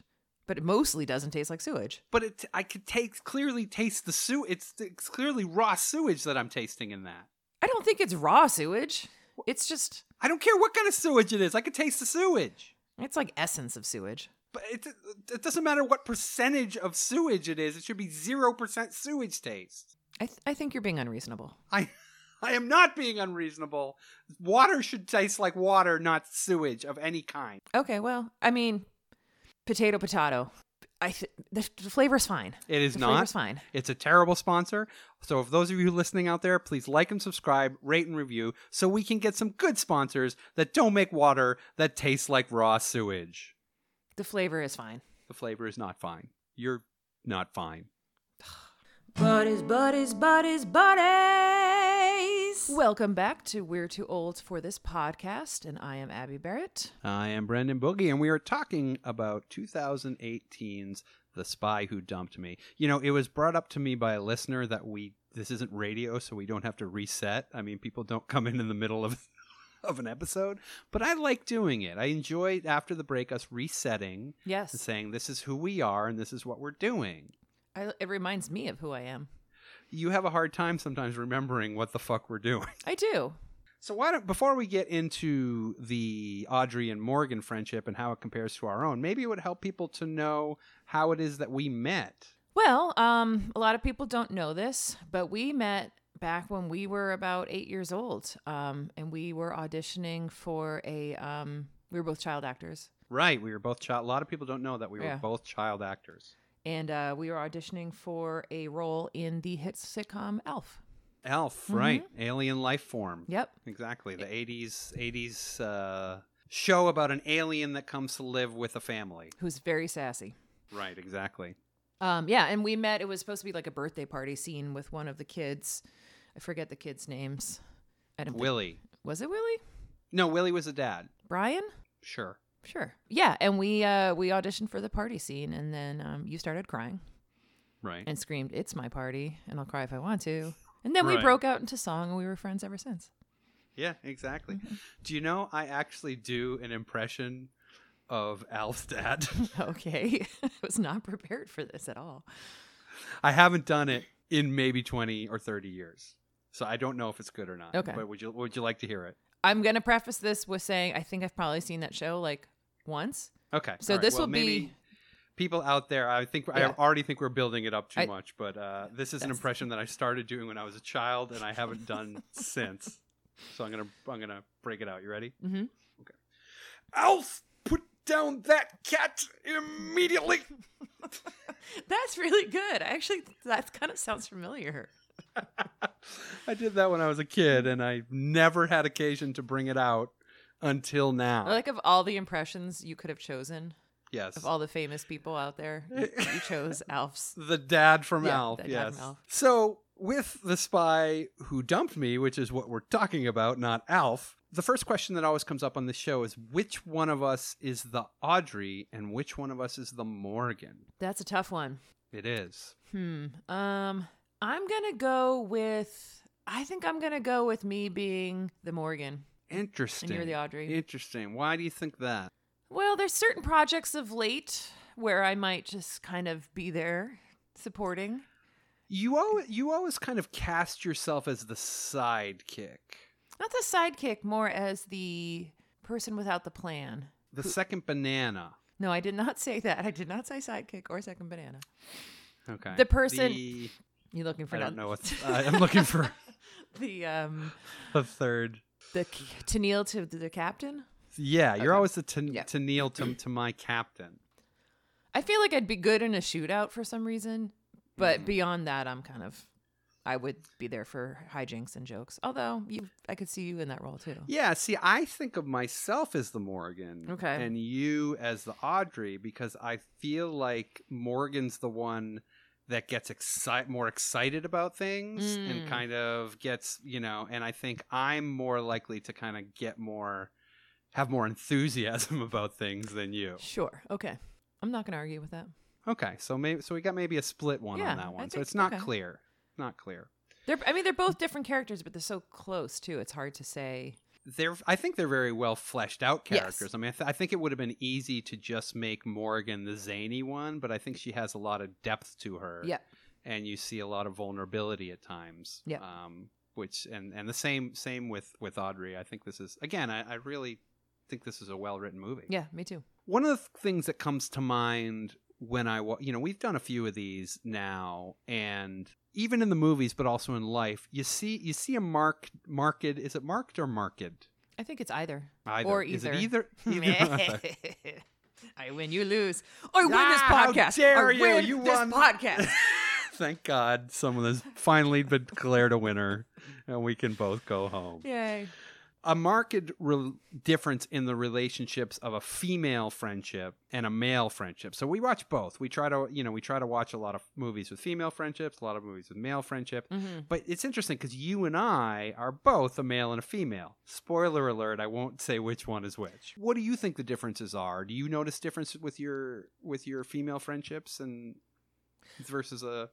S1: but it mostly doesn't taste like sewage.
S2: But it I could take clearly taste the sew. It's, it's clearly raw sewage that I'm tasting in that.
S1: I don't think it's raw sewage. It's just
S2: I don't care what kind of sewage it is. I could taste the sewage.
S1: it's like essence of sewage.
S2: But it it doesn't matter what percentage of sewage it is. It should be zero percent sewage taste.
S1: I th- I think you're being unreasonable.
S2: I I am not being unreasonable. Water should taste like water, not sewage of any kind.
S1: Okay, well, I mean, potato potato. I th- the, the flavor's fine.
S2: It is
S1: the
S2: not.
S1: Flavor's fine.
S2: It's a terrible sponsor. So, if those of you listening out there, please like and subscribe, rate and review, so we can get some good sponsors that don't make water that tastes like raw sewage.
S1: The flavor is fine.
S2: The flavor is not fine. You're not fine.
S11: Buddies, buddies, buddies, buddies.
S1: Welcome back to We're Too Old for this podcast, and I am Abby Barrett.
S2: I am Brendan Boogie, and we are talking about 2018's The Spy Who Dumped Me. You know, it was brought up to me by a listener that we this isn't radio, so we don't have to reset. I mean, people don't come in in the middle of of an episode, but I like doing it. I enjoy after the break us resetting,
S1: Yes.
S2: and saying this is who we are and this is what we're doing.
S1: I, it reminds me of who I am.
S2: You have a hard time sometimes remembering what the fuck we're doing.
S1: I do.
S2: So why don't before we get into the Audrey and Morgan friendship and how it compares to our own, maybe it would help people to know how it is that we met.
S1: Well, um, a lot of people don't know this, but we met back when we were about eight years old, um, and we were auditioning for a. Um, we were both child actors,
S2: Right, we were both child. A lot of people don't know that we were
S1: Yeah.
S2: both child actors.
S1: and uh, we were auditioning for a role in the hit sitcom Elf.
S2: Elf, right? Alien life form.
S1: Mm-hmm. Yep.
S2: Exactly. The eighties eighties uh, show about an alien that comes to live with a family.
S1: Who's very sassy.
S2: Right, exactly.
S1: Um, yeah, and we met. It was supposed to be like a birthday party scene with one of the kids. I forget the kids' names. I don't think-
S2: Willie.
S1: Was it Willie?
S2: No, Willie was a dad.
S1: Brian?
S2: Sure.
S1: Sure. Yeah, and we uh, we auditioned for the party scene, and then um, you started crying.
S2: Right.
S1: and screamed, "It's my party, and I'll cry if I want to." And then we
S2: Right.
S1: broke out into song, and we were friends ever since.
S2: Yeah, exactly.
S1: Mm-hmm.
S2: Do you know I actually do an impression of Alf's dad?
S1: Okay, I was not prepared for this at all.
S2: I haven't done it in maybe 20 or 30 years. So I don't know if it's good or not.
S1: Okay.
S2: But would you would you like to hear it?
S1: I'm gonna preface this with saying I think I've probably seen that show like once.
S2: Okay.
S1: So
S2: all right.
S1: this
S2: Well,
S1: will be
S2: maybe people out there, I think I
S1: Yeah.
S2: already think we're building it up too
S1: I-
S2: much, but uh, this is an
S1: That's-
S2: impression that I started doing when I was a child and I haven't done since. So I'm going to I'm going to break it out. You ready?
S1: Mhm.
S2: Okay. Alf, put down that cat immediately.
S1: that's really good. Actually, that kind of sounds familiar.
S2: I did that when I was a kid, and I never had occasion to bring it out until now.
S1: Like of all the impressions you could have chosen,
S2: yes,
S1: of all the famous people out there, you, you chose Alf's.
S2: the dad from
S1: Yeah,
S2: Alf.
S1: the dad
S2: yes.
S1: from Alf.
S2: So with the spy who dumped me, which is what we're talking about, not Alf. The first question that always comes up on the show is which one of us is the Audrey and which one of us is the Morgan.
S1: That's a tough one.
S2: It is
S1: Hmm. Um, I'm gonna go with. I think I'm gonna go with me being the Morgan.
S2: interesting.
S1: the Audrey.
S2: Interesting. Why do you think that?
S1: Well, there's certain projects of late where I might just kind of be there supporting.
S2: You always you always kind of cast yourself as the sidekick.
S1: Not the sidekick, more as the person without the plan.
S2: The second banana.
S1: No, I did not say that. I did not say sidekick or second banana.
S2: Okay.
S1: The person-
S2: The-
S1: You looking for?
S2: I don't
S1: another-
S2: know what I I'm looking for.
S1: the um
S2: The third.
S1: the c- Tennille to the captain.
S2: Yeah, you're always the to,
S1: Yeah.
S2: to kneel to, to my captain. Mm-hmm.
S1: I feel like I'd be good in a shootout for some reason, but beyond that, I'm kind of I would be there for hijinks and jokes. Although you, I could see you in that role too.
S2: Yeah, see, I think of myself as the Morgan.
S1: Okay.
S2: And you as the Audrey because I feel like Morgan's the one that gets exci- more excited about
S12: Mm.
S2: things
S1: Hmm.
S2: and kind of gets, you know, and I think I'm more likely to kind of get more, have more enthusiasm about things than you.
S1: Sure. Okay. I'm not going to argue with that.
S2: Okay. So maybe, so we got maybe a split one
S1: Yeah,
S2: on that
S1: I
S2: one. so
S1: think-
S2: it's not
S1: okay.
S2: clear. Not clear.
S1: They're, I mean, they're both different characters, but they're so close too. It's hard to say.
S2: they're I think they're very well fleshed out
S1: Yes.
S2: characters. I mean, I, th- I think it would have been easy to just make Morgan the zany one, but I think she has a lot of depth to her.
S1: Yep.
S2: and you see a lot of vulnerability at times.
S1: Yep.
S2: um, which and and the same same with with Audrey. I think this is again. I, I really think this is a well written movie.
S1: Yeah, me too.
S2: One of the th- things that comes to mind when I, wa- you know, we've done a few of these now, and even in the movies, but also in life, you see, you see a mark, marked. Is it marked or marked?
S1: I think it's either,
S2: Either.
S1: or
S2: Is
S1: either.
S2: it either?
S1: either. I win, you lose. I win this
S2: Ah, how
S1: podcast.
S2: dare
S1: I
S2: you.
S1: win
S2: You
S1: this
S2: won.
S1: podcast.
S2: Thank God someone has finally been declared a winner, and we can both go home.
S1: Yay.
S2: a marked re- difference in the relationships of a female friendship and a male friendship. So we watch both. We try to, you know, we try to watch a lot of movies with female friendships, a lot of movies with male friendship.
S12: Mhm.
S2: But it's interesting because you and I are both a male and a female. Spoiler alert: I won't say which one is which. What do you think the differences are? Do you notice difference with your with your female friendships and versus a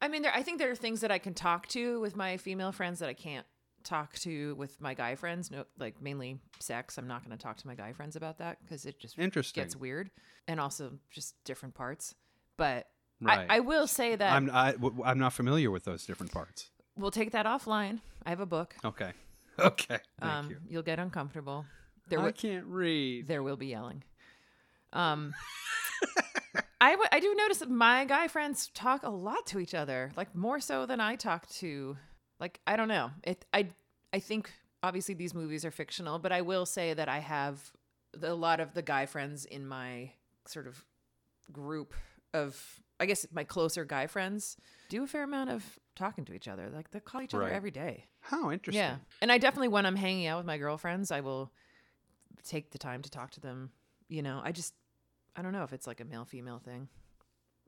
S1: I mean, there. I think there are things that I can talk to with my female friends that I can't talk to with my guy friends. No, like mainly sex. I'm not going to talk to my guy friends about that because it just
S2: Interesting.
S1: gets weird, and also just different parts. But
S2: Right.
S1: I, I will say that
S2: I'm I, w- I'm not familiar with those different parts.
S1: we'll take that offline. I have a book.
S2: Okay. Okay. Thank you.
S1: will get uncomfortable.
S2: I can't read.
S1: There will be yelling. Um, I w- I do notice that my guy friends talk a lot to each other, like more so than I talk to. Like I don't know. It I I think obviously these movies are fictional, but I will say that I have the, a lot of the guy friends in my sort of group of I guess my closer guy friends do a fair amount of talking to each other. Like they call each other
S2: Right.
S1: every day.
S2: How interesting.
S1: Yeah. And I definitely, when I'm hanging out with my girlfriends, I will take the time to talk to them. You know, I just, I don't know if it's like a male female thing.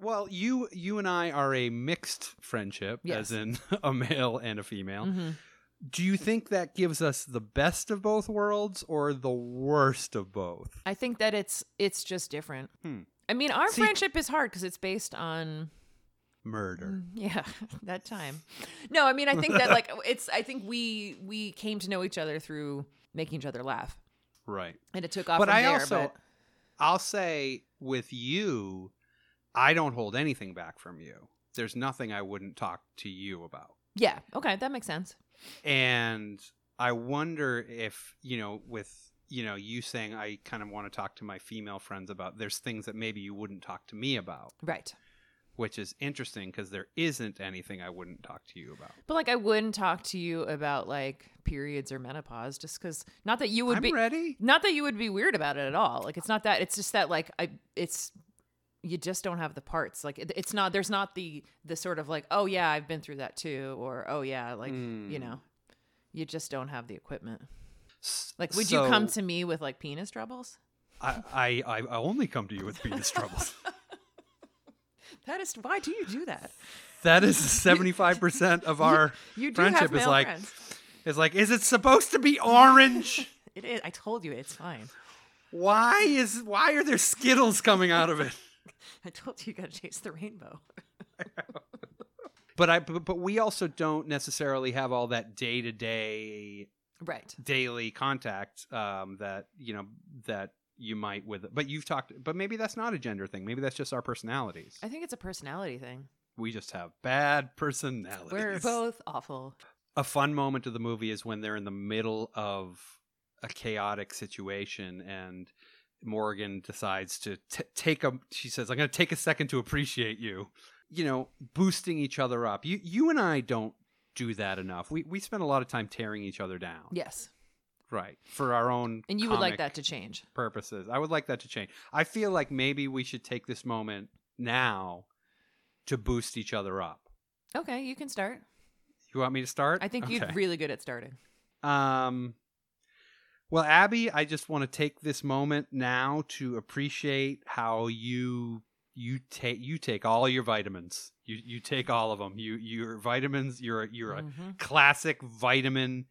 S2: Well, you you and I are a mixed friendship,
S1: Yes.
S2: as in a male and a female.
S1: Mhm.
S2: Do you think that gives us the best of both worlds or the worst of both?
S1: I think that it's, it's just different.
S2: Hmm.
S1: I mean, our
S2: See-
S1: friendship is hard because it's based on,
S2: Murder.
S1: yeah, that time. No, I mean, I think that like it's, I think we, we came to know each other through making each other laugh
S2: Right.
S1: and it took off
S2: but
S1: Mm-hmm. from
S2: I
S1: there.
S2: also
S1: but
S2: I'll say with you, I don't hold anything back from you. There's nothing I wouldn't talk to you about.
S1: yeah. Okay. That makes sense.
S2: and i wonder if you know with you know you saying i kind of want to talk to my female friends about there's things that maybe you wouldn't talk to me about
S1: Right.
S2: which is interesting because there isn't anything i wouldn't talk to you about
S1: But like, I wouldn't talk to you about like periods or menopause, just because. Not that you would
S2: I'm
S1: be
S2: ready.
S1: Not that you would be weird about it at all. Like, it's not that. It's just that like I. It's you just don't have the parts. Like, it, it's not. There's not the the sort of like, oh yeah, I've been through that too, or oh yeah, like you
S2: Mm.
S1: know, you just don't have the equipment. Like, would you
S2: so-
S1: come to me with like penis troubles?
S2: i i, I I only come to you with penis troubles
S1: That is why do you do that?
S2: that is 75% of our
S1: you do have
S2: friendship is
S1: male
S2: like
S1: friends.
S2: is like is it supposed to be orange
S1: It is. I told you it's fine.
S2: why is why are there skittles coming out of it
S1: I told you you gotta chase the rainbow.
S2: but I but, but we also don't necessarily have all that day to day
S1: Right.
S2: daily contact um that you know that you might with but you've talked but maybe that's not a gender thing maybe that's just our personalities
S1: I think it's a personality thing.
S2: we just have bad personalities
S1: We're both awful.
S2: a fun moment of the movie is when they're in the middle of a chaotic situation and Morgan decides to t- take a she says I'm going to take a second to appreciate you. You know, boosting each other up. You you and I don't do that enough. We we spend a lot of time tearing each other down.
S1: Yes.
S2: Right. For our own
S1: And you would like
S2: comic
S1: that to change.
S2: purposes. I would like that to change. I feel like maybe we should take this moment now to boost each other up.
S1: Okay, you can start.
S2: you want me to start?
S1: I think
S2: Okay.
S1: you're really good at starting.
S2: Um, well, Abby, I just want to take this moment now to appreciate how you you take you take all your vitamins. You you take all of them. You your vitamins. You're a, you're a
S1: Mhm.
S2: classic vitamin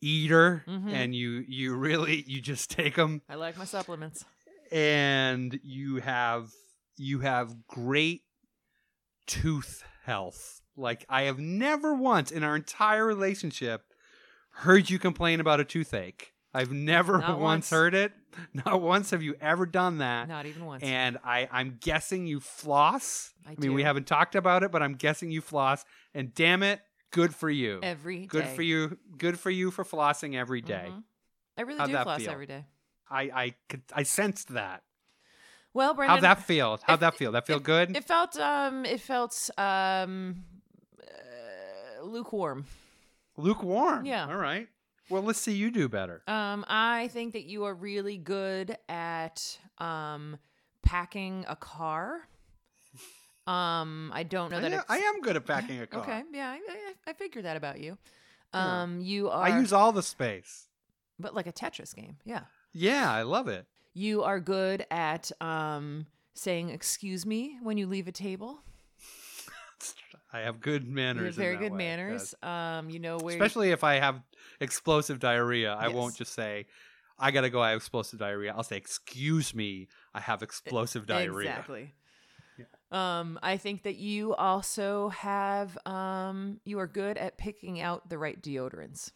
S2: eater,
S1: Mhm.
S2: and you you really you just take them
S1: I like my supplements.
S2: and you have you have great tooth health. Like I have never once in our entire relationship heard you complain about a toothache. I've never
S1: Not
S2: once,
S1: once.
S2: heard it. Not once have you ever done that.
S1: Not even once.
S2: And I, I'm guessing you floss.
S1: I
S2: mean, we
S1: do.
S2: haven't talked about it, but I'm guessing you floss. And damn it, good for you.
S1: Every
S2: good
S1: day.
S2: for you. Good for you for flossing every day.
S1: Mhm. I really
S2: How'd
S1: do
S2: that
S1: floss
S2: feel?
S1: every day.
S2: I, I, could- I sensed that.
S1: Well, Brendan,
S2: How'd that feel? How'd that feel? That feel good?
S1: It felt um, it felt um, uh, lukewarm.
S2: Lukewarm.
S1: Yeah.
S2: All right. Well, let's see you do better.
S1: Um, I think that you are really good at um packing a car. Um, I don't know
S2: I
S1: that
S2: am,
S1: it's,
S2: I am good at packing a car.
S1: Okay, yeah, I, I, I figured that about you.
S2: Yeah.
S1: Um, you are
S2: I use all the space.
S1: but like a Tetris game, yeah.
S2: Yeah, I love it.
S1: You are good at um saying excuse me when you leave a table.
S2: I have good
S1: You have
S2: manners. in
S1: very
S2: that
S1: good
S2: way,
S1: manners.
S2: yes.
S1: Um, you know where you-
S2: Especially if I have explosive diarrhea, I
S1: Yes.
S2: won't just say, "I gotta go." I have explosive diarrhea. I'll say, "Excuse me, I have explosive diarrhea."
S1: E, Exactly. Um, I think that you also have um you are good at picking out the right deodorants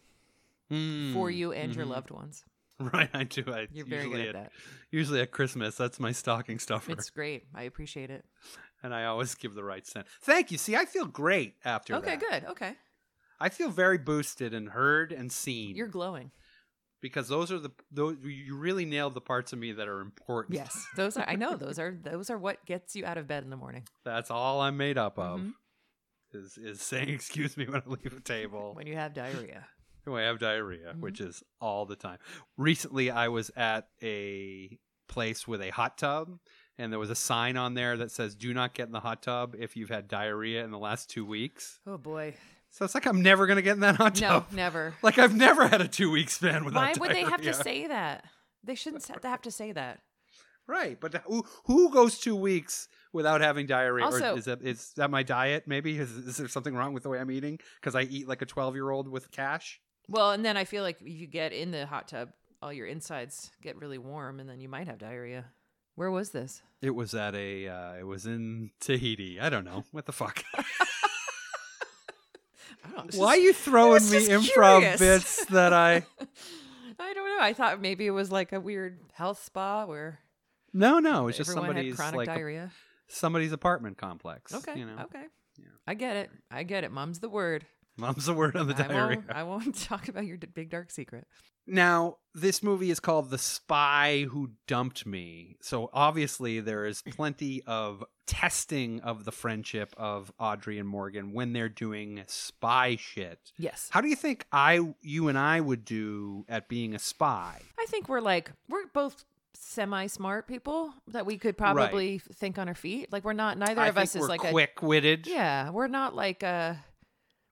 S1: for
S2: Mm,
S1: you and your
S2: mhm.
S1: loved ones.
S2: Right, I do. I
S1: You're very good
S2: usually
S1: at that.
S2: Usually at Christmas, that's my stocking stuffer,
S1: It's great. I appreciate it.
S2: and I always give the right scent. Thank you. See, I feel great after
S1: okay,
S2: that.
S1: good. Okay.
S2: I feel very boosted and heard and seen
S1: You're glowing.
S2: because those are the those you really nailed the parts of me that are important.
S1: Yes. Those are I know those are those are what gets you out of bed in the morning.
S2: That's all I'm made up of.
S1: Mm-hmm.
S2: Is is saying excuse me when I leave a table
S1: When you have diarrhea.
S2: when I have diarrhea, which
S1: Mhm.
S2: is all the time. Recently, I was at a place with a hot tub, and there was a sign on there that says "Do not get in the hot tub if you've had diarrhea in the last two weeks."
S1: Oh boy.
S2: So it's like I'm never gonna get in that hot
S1: No,
S2: tub.
S1: never.
S2: Like I've never had a two week span without.
S1: Why would they have to
S2: diarrhea.
S1: say that? They shouldn't s- have to say that.
S2: Right, but who, who goes two weeks without having diarrhea?
S1: Also-
S2: or is that is that my diet? Maybe is, is there something wrong with the way I'm eating because I eat like a twelve year old with cash?
S1: Well, and then I feel like if you get in the hot tub, all your insides get really warm and then you might have diarrhea. Where was this?
S2: It was at a. Uh, it was in Tahiti. I don't know what the fuck.
S1: I don't know.
S2: Why are you throwing
S1: was
S2: me
S1: just
S2: improv
S1: curious.
S2: bits that I?
S1: I don't know. I thought maybe it was like a weird health spa where
S2: No, no. It's just
S1: everyone had
S2: somebody's
S1: chronic
S2: like a-
S1: diarrhea.
S2: somebody's apartment complex.
S1: Okay.
S2: you know,
S1: Okay. I get it. I get it. Mom's the word.
S2: mom's the word on the
S1: I
S2: diarrhea.
S1: won't, I won't talk about your d- big dark secret.
S2: Now, this movie is called The Spy Who Dumped Me. So obviously there is plenty of testing of the friendship of Audrey and Morgan when they're doing spy shit.
S1: Yes.
S2: How do you think I you and I would do at being a spy?
S1: I think we're like we're both semi smart people that we could probably f- think on our feet. Like we're not neither
S2: I
S1: of us
S2: think
S1: is
S2: we're
S1: like
S2: quick-witted.
S1: A, yeah, we're not like uh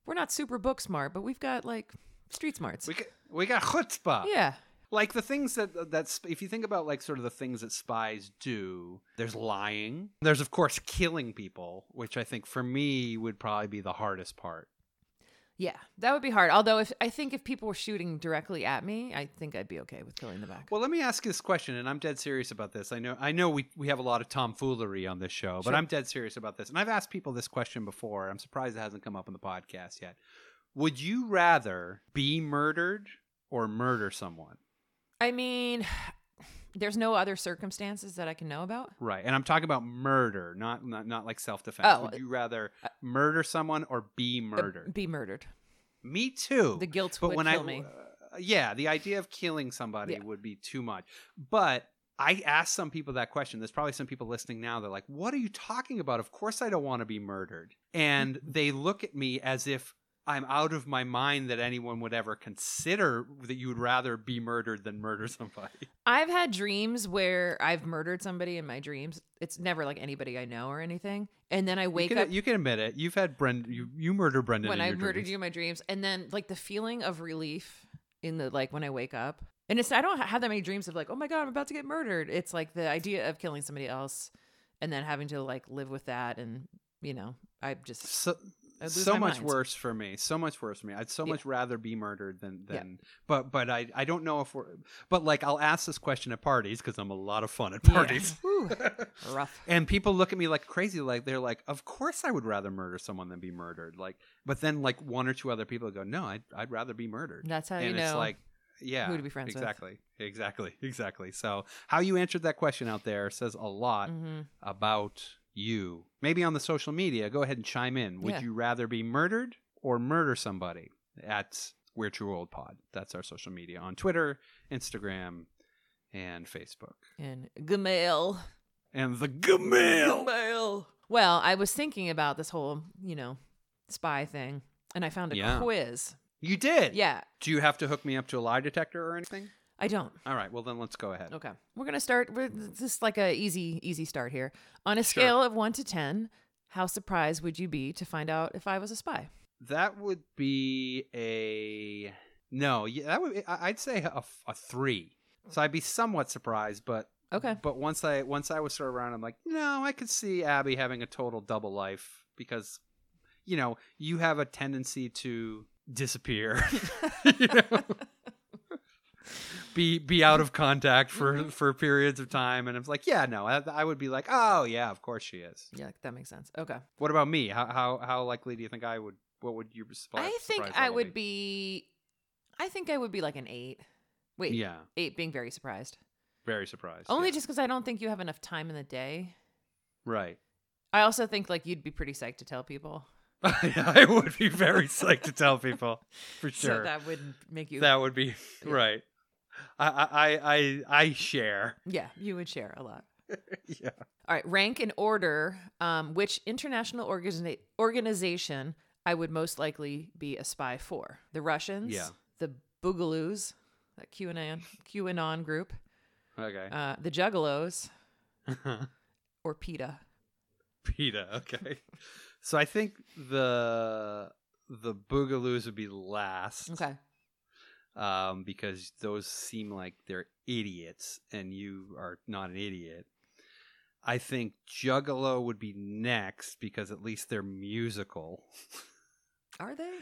S1: we're not super book smart, but we've got like street smarts.
S2: We got, we got chutzpah.
S1: Yeah.
S2: Like the things that that's if you think about like sort of the things that spies do, there's lying. There's of course killing people, which I think for me would probably be the hardest part.
S1: yeah, that would be hard. Although if I think if people were shooting directly at me, I think I'd be okay with killing the back.
S2: Well, let me ask you this question, and I'm dead serious about this. I know, I know, we we have a lot of tomfoolery on this show, but
S1: Sure.
S2: I'm dead serious about this. And I've asked people this question before. I'm surprised it hasn't come up on the podcast yet. Would you rather be murdered or murder someone?
S1: I mean, there's no other circumstances that I can know about.
S2: Right, and I'm talking about murder, not not, not like self defense.
S1: Oh.
S2: Would you rather murder someone or be murdered?
S1: Be murdered.
S2: me too.
S1: The guilt
S2: but
S1: would
S2: when
S1: kill
S2: I,
S1: me.
S2: uh, yeah, the idea of killing somebody
S1: Yeah.
S2: would be too much. But I asked some people that question. There's probably some people listening now. They're like, "What are you talking about? Of course I don't want to be murdered." And they look at me as if I'm out of my mind that anyone would ever consider that you would rather be murdered than murder somebody.
S1: I've had dreams where I've murdered somebody in my dreams. It's never like anybody I know or anything. And then I wake
S2: you can,
S1: up
S2: You can admit it. You've had Brendan. You, you murdered Brendan.
S1: when
S2: in
S1: I
S2: your
S1: murdered
S2: dreams.
S1: you in my dreams. And then like the feeling of relief in the like when I wake up. And it's I don't ha- have that many dreams of like, oh my God, I'm about to get murdered. It's like the idea of killing somebody else and then having to like live with that and you know, I just
S2: so,
S1: I lose
S2: so
S1: my
S2: much
S1: mind.
S2: worse for me. So much worse for me. I'd so
S1: Yeah.
S2: much rather be murdered than
S1: Yeah.
S2: than. But but I I don't know if we're. But like I'll ask this question at parties because I'm a lot of fun at parties.
S1: Woo. Rough.
S2: And people look at me like crazy, like they're like, "Of course, I would rather murder someone than be murdered." Like, but then like one or two other people go, "No, I'd, I'd rather be murdered."
S1: That's how you
S2: and it's
S1: know
S2: like, yeah,
S1: who to be friends with.
S2: exactly, exactly, exactly. So how you answered that question out there says a lot
S1: Mhm.
S2: about you. Maybe on the social media, go ahead and chime in. Would
S1: Yeah.
S2: you rather be murdered or murder somebody? At We're True Old Pod. That's our social media on Twitter, Instagram, and Facebook,
S1: and Gmail.
S2: and the Gmail.
S1: Gmail. Well, I was thinking about this whole, you know, spy thing, and I found a
S2: Yeah.
S1: quiz.
S2: You did.
S1: Yeah.
S2: Do you have to hook me up to a lie detector or anything?
S1: I don't.
S2: All right. Well, then let's go ahead.
S1: Okay. We're gonna start with just like a easy, easy start here. On a scale of one to ten, how surprised would you be to find out if I was a spy?
S2: That would be a no. Yeah, that would. Be, I- I'd say a, f- a three. So I'd be somewhat surprised, but
S1: okay.
S2: But once I once I was sort of around, I'm like, no, I could see Abby having a total double life because, you know, you have a tendency to disappear. You know? Be be out of contact
S1: Mm-hmm.
S2: for for periods of time, and it's like, yeah, no, I, I would be like, oh yeah, of course she is.
S1: Yeah, that makes sense. Okay.
S2: What about me? How how how likely do you think I would? What would you respond?
S1: I think I would be I think I would be like an eight. Wait.
S2: Yeah.
S1: Eight being very surprised.
S2: very surprised.
S1: Only just because I don't think you have enough time in the day.
S2: right.
S1: I also think like you'd be pretty psyched to tell people.
S2: I would be very psyched to tell people for sure.
S1: So that would make you
S2: That would be right. I I I I share.
S1: Yeah, you would share a lot.
S2: Yeah.
S1: All right, rank and order um, which international organiza- organization I would most likely be a spy for. The Russians,
S2: Yeah.
S1: the Boogaloos, that QAnon, QAnon group,
S2: Okay.
S1: uh, the Juggalos, or PETA.
S2: PETA. Okay. so I think the the Boogaloos would be last.
S1: Okay.
S2: Um, because those seem like they're idiots, and you are not an idiot. I think Juggalo would be next because at least they're musical.
S1: Are they?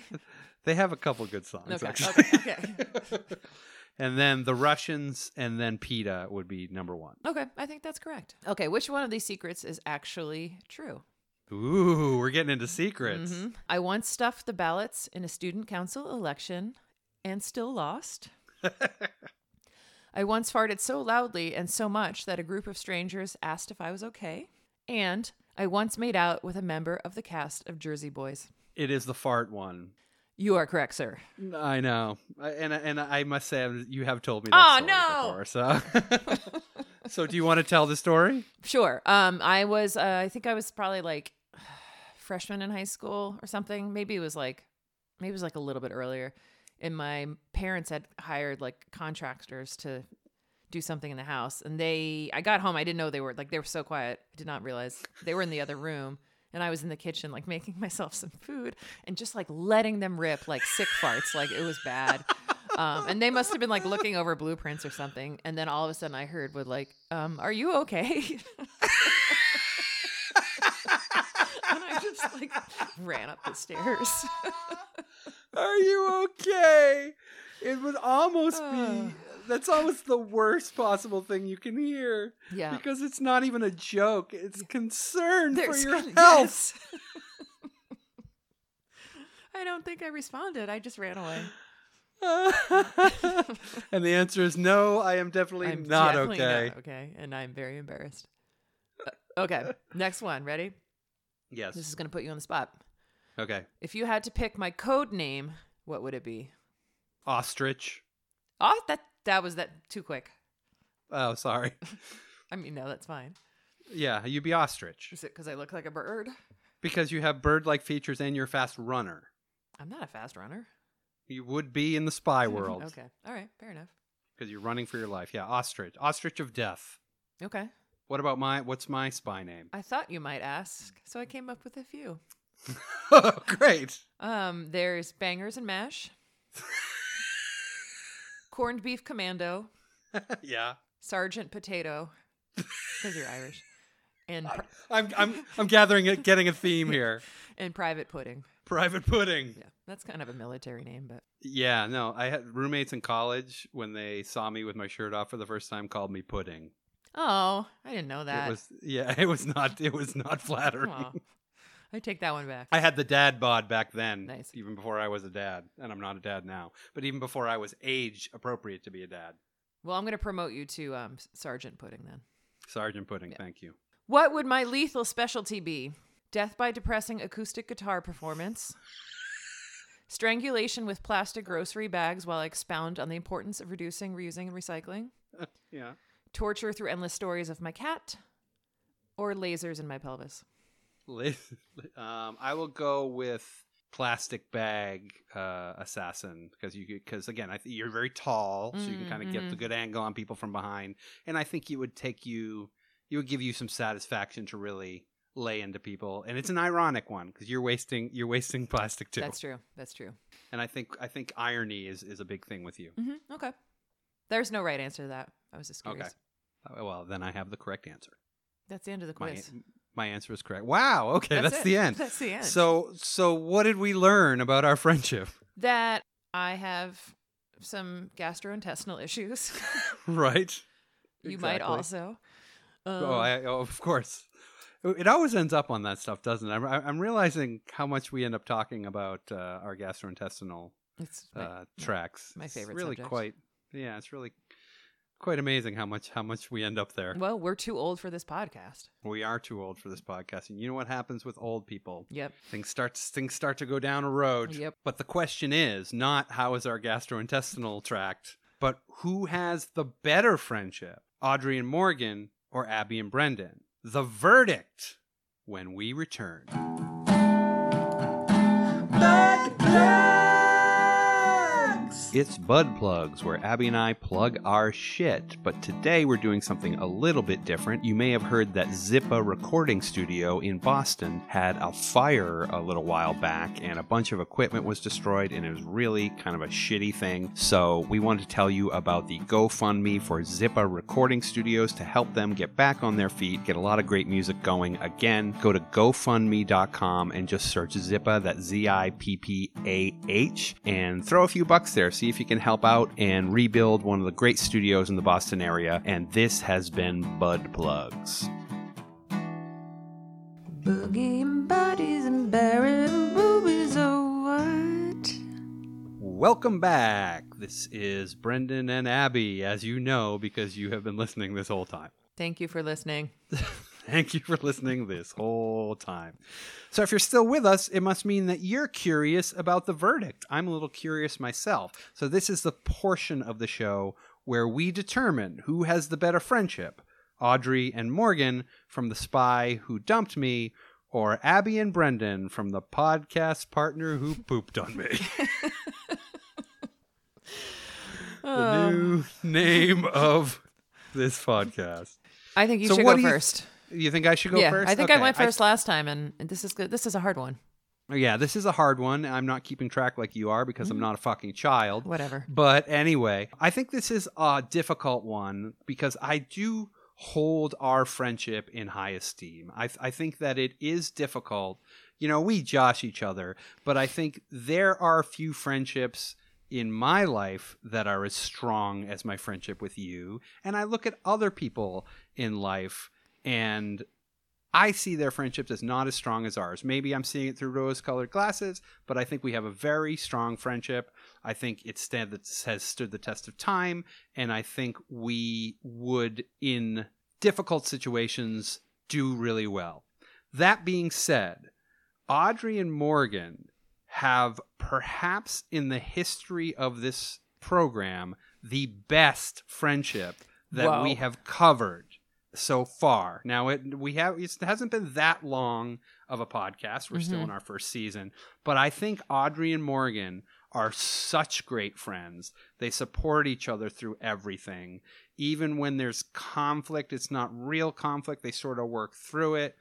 S2: They have a couple good songs.
S1: Okay,
S2: actually.
S1: okay,
S2: and then the Russians, and then PETA would be number one.
S1: Okay, I think that's correct. Okay, which one of these secrets is actually true?
S2: Ooh, we're getting into secrets.
S1: Mhm. I once stuffed the ballots in a student council election and still lost. I once farted so loudly and so much that a group of strangers asked if I was okay. And I once made out with a member of the cast of Jersey Boys.
S2: It is the fart one.
S1: You are correct, sir.
S2: I know, I- and and I must say you have told me.
S1: Aw,
S2: That story Before, so, so do you want to tell the story?
S1: Sure. Um, I was, uh, I think I was probably like freshman in high school or something. Maybe it was like, maybe it was like a little bit earlier. And my parents had hired like contractors to do something in the house. And they, I got home, I didn't know they were like, they were so quiet. I did not realize they were in the other room. And I was in the kitchen, like making myself some food and just like letting them rip like sick farts. Like it was bad. Um, and they must have been like looking over blueprints or something. And then all of a sudden I heard, would like, um, are you okay? and I just like ran up the stairs.
S2: Are you okay? It would almost
S1: Uh.
S2: be. That's almost the worst possible thing you can hear.
S1: Yeah.
S2: Because it's not even a joke. It's concern for
S1: There's-
S2: your health.
S1: yes. I don't think I responded. I just ran away.
S2: And the answer is no. I am definitely
S1: I'm
S2: not
S1: definitely
S2: okay.
S1: not okay, and I'm very embarrassed. Uh, okay, next one. Ready?
S2: Yes.
S1: This is going to put you on the spot.
S2: Okay.
S1: If you had to pick my code name, what would it be?
S2: Ostrich.
S1: Oh, that that was that too quick.
S2: Oh, sorry.
S1: I mean, no, that's fine.
S2: Yeah, you'd be ostrich
S1: Is it because I look like a bird?
S2: because you have bird-like features and you're a fast runner.
S1: I'm not a fast runner.
S2: You would be in the spy world
S1: okay. All right. Fair enough.
S2: because you're running for your life. Yeah, ostrich, ostrich of death.
S1: Okay.
S2: What about my? What's my spy name?
S1: I thought you might ask, so I came up with a few.
S2: Oh, Great.
S1: Um, there's bangers and mash, corned beef commando,
S2: yeah,
S1: sergeant potato, because you're Irish, and pri-
S2: I'm I'm I'm gathering it, getting a theme here.
S1: and private pudding.
S2: Private pudding.
S1: Yeah, that's kind of a military name, but
S2: Yeah, no, I had roommates in college when they saw me with my shirt off for the first time called me pudding.
S1: oh, I didn't know that.
S2: It was yeah, it was not it was not flattering.
S1: Aw. I take that one back.
S2: I had the dad bod back then, even before I was a dad, and I'm not a dad now. But even before I was age appropriate to be a dad,
S1: Well, I'm going to promote you to um, sergeant pudding then.
S2: Sergeant Pudding, thank you.
S1: What would my lethal specialty be? Death by depressing acoustic guitar performance. Strangulation with plastic grocery bags while I expound on the importance of reducing, reusing, and recycling.
S2: yeah.
S1: Torture through endless stories of my cat. Or lasers in my pelvis.
S2: Liz- um, I will go with plastic bag uh, assassin because you because again I th- you're very tall, so you can
S1: Mm,
S2: kind of get the
S1: mhm.
S2: good angle on people from behind, and I think it would take you it would give you some satisfaction to really lay into people, and it's an ironic one because you're wasting you're wasting plastic too.
S1: That's true. That's true.
S2: And I think I think irony is is a big thing with you.
S1: hmm Okay. There's no right answer to that. I was just curious.
S2: Okay. Uh, Well, then I have the correct answer.
S1: That's the end of the
S2: My,
S1: quiz.
S2: my answer is correct. Wow. Okay,
S1: That's
S2: that's,
S1: it.
S2: the end.
S1: That's the end.
S2: So so what did we learn about our friendship?
S1: that I have some gastrointestinal issues.
S2: Right.
S1: you might
S2: Exactly.
S1: also.
S2: oh,
S1: Um,
S2: I, oh, of course. It always ends up on that stuff, doesn't it? I'm, I'm realizing how much we end up talking about uh, our gastrointestinal
S1: It's my-
S2: uh, tracks.
S1: my
S2: It's
S1: favorite
S2: Really
S1: subject.
S2: quite. Yeah, it's really quite amazing how much how much we end up there.
S1: Well, we're too old for this podcast.
S2: We are too old for this podcast, and you know what happens with old people?
S1: Yep.
S2: Things start things start to go down a road.
S1: Yep.
S2: But the question is not how is our gastrointestinal tract, but who has the better friendship, Audrey and Morgan or Abby and Brendan? The verdict when we return. It's Bud Plugs, where Abby and I plug our shit. But today we're doing something a little bit different. You may have heard that Zippa Recording Studio in Boston had a fire a little while back, and a bunch of equipment was destroyed, and it was really kind of a shitty thing. So we wanted to tell you about the GoFundMe for Zippa Recording Studios to help them get back on their feet, get a lot of great music going again. Go to GoFundMe.com and just search Zippa, that's Z I P P A H, and throw a few bucks there. See if you can help out and rebuild one of the great studios in the Boston area. And this has been Bud Plugs.
S11: Boogie and bodies and barren boobies, oh what?
S2: Welcome back. This is Brendan and Abby, as you know, because you have been listening this whole time.
S1: Thank you for listening.
S2: Thank you for listening this whole time. So, if you're still with us, it must mean that you're curious about the verdict. I'm a little curious myself. So, this is the portion of the show where we determine who has the better friendship Audrey and Morgan from The Spy Who Dumped Me, or Abby and Brendan from the podcast partner who pooped on me. the new name of this podcast.
S1: I think you
S2: So
S1: should
S2: what
S1: go
S2: do you-
S1: first.
S2: You think I should go
S1: yeah,
S2: first?
S1: I think I
S2: Okay,
S1: went first last time, and and this is good. This is a hard one.
S2: Yeah, this is a hard one. I'm not keeping track like you are because I'm
S1: Mm-hmm.
S2: not a fucking child.
S1: Whatever.
S2: But anyway, I think this is a difficult one because I do hold our friendship in high esteem. I, I think that it is difficult. You know, we josh each other, but I think there are few friendships in my life that are as strong as my friendship with you. And I look at other people in life and I see their friendships as not as strong as ours. Maybe I'm seeing it through rose colored glasses, but I think we have a very strong friendship. I think it stand, it has stood the test of time, and I think we would, in difficult situations, do really well. That being said, Audrey and Morgan have perhaps in the history of this program the best friendship that
S1: Wow.
S2: we have covered so far. Now it we have it hasn't been that long of a podcast. We're still
S12: Mhm.
S2: in our first season, but I think Audrey and Morgan are such great friends. They support each other through everything. Even when there's conflict, it's not real conflict. They sort of work through it.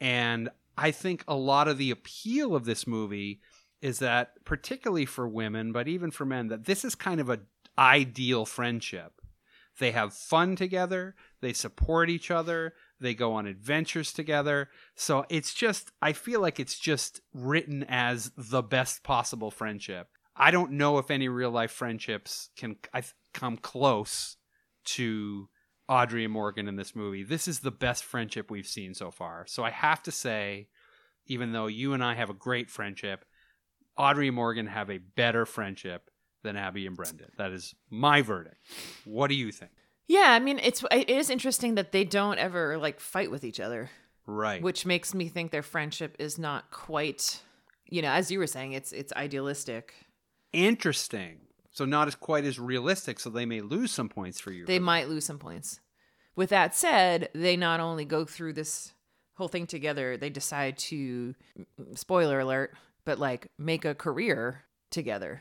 S2: And I think a lot of the appeal of this movie is that particularly for women, but even for men, that this is kind of a ideal friendship. They have fun together. They support each other. They go on adventures together. So it's just, I feel like it's just written as the best possible friendship. I don't know if any real life friendships can I th- come close to Audrey and Morgan in this movie. This is the best friendship we've seen so far. So I have to say, even though you and I have a great friendship, Audrey and Morgan have a better friendship than Abby and Brendan. That is my verdict. What do you think?
S1: Yeah, I mean, it's it is interesting that they don't ever like fight with each other,
S2: Right.
S1: which makes me think their friendship is not quite, you know, as you were saying, it's it's idealistic.
S2: Interesting. So not as quite as realistic. So they may lose some points for you.
S1: They might lose some points. With that said, they not only go through this whole thing together, they decide to mm, spoiler alert, but like make a career together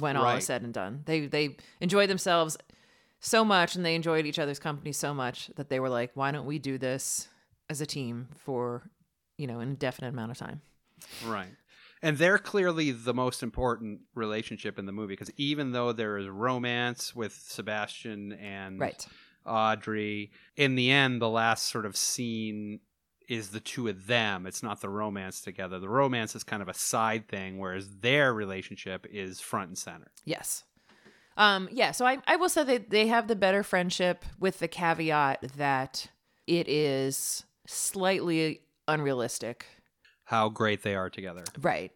S1: when all
S11: Right.
S1: is said and done. They they enjoy themselves so much and they enjoyed each other's company so much that they were like, why don't we do this as a team for, you know, an indefinite amount of time?
S2: Right. And they're clearly the most important relationship in the movie because even though there is romance with Sebastian and
S1: Right.
S2: Audrey, in the end, the last sort of scene is the two of them. It's not the romance together. The romance is kind of a side thing, whereas their relationship is front and center.
S1: Yes. Um, yeah, so I, I will say that they have the better friendship with the caveat that it is slightly unrealistic.
S2: How great they are together.
S1: Right.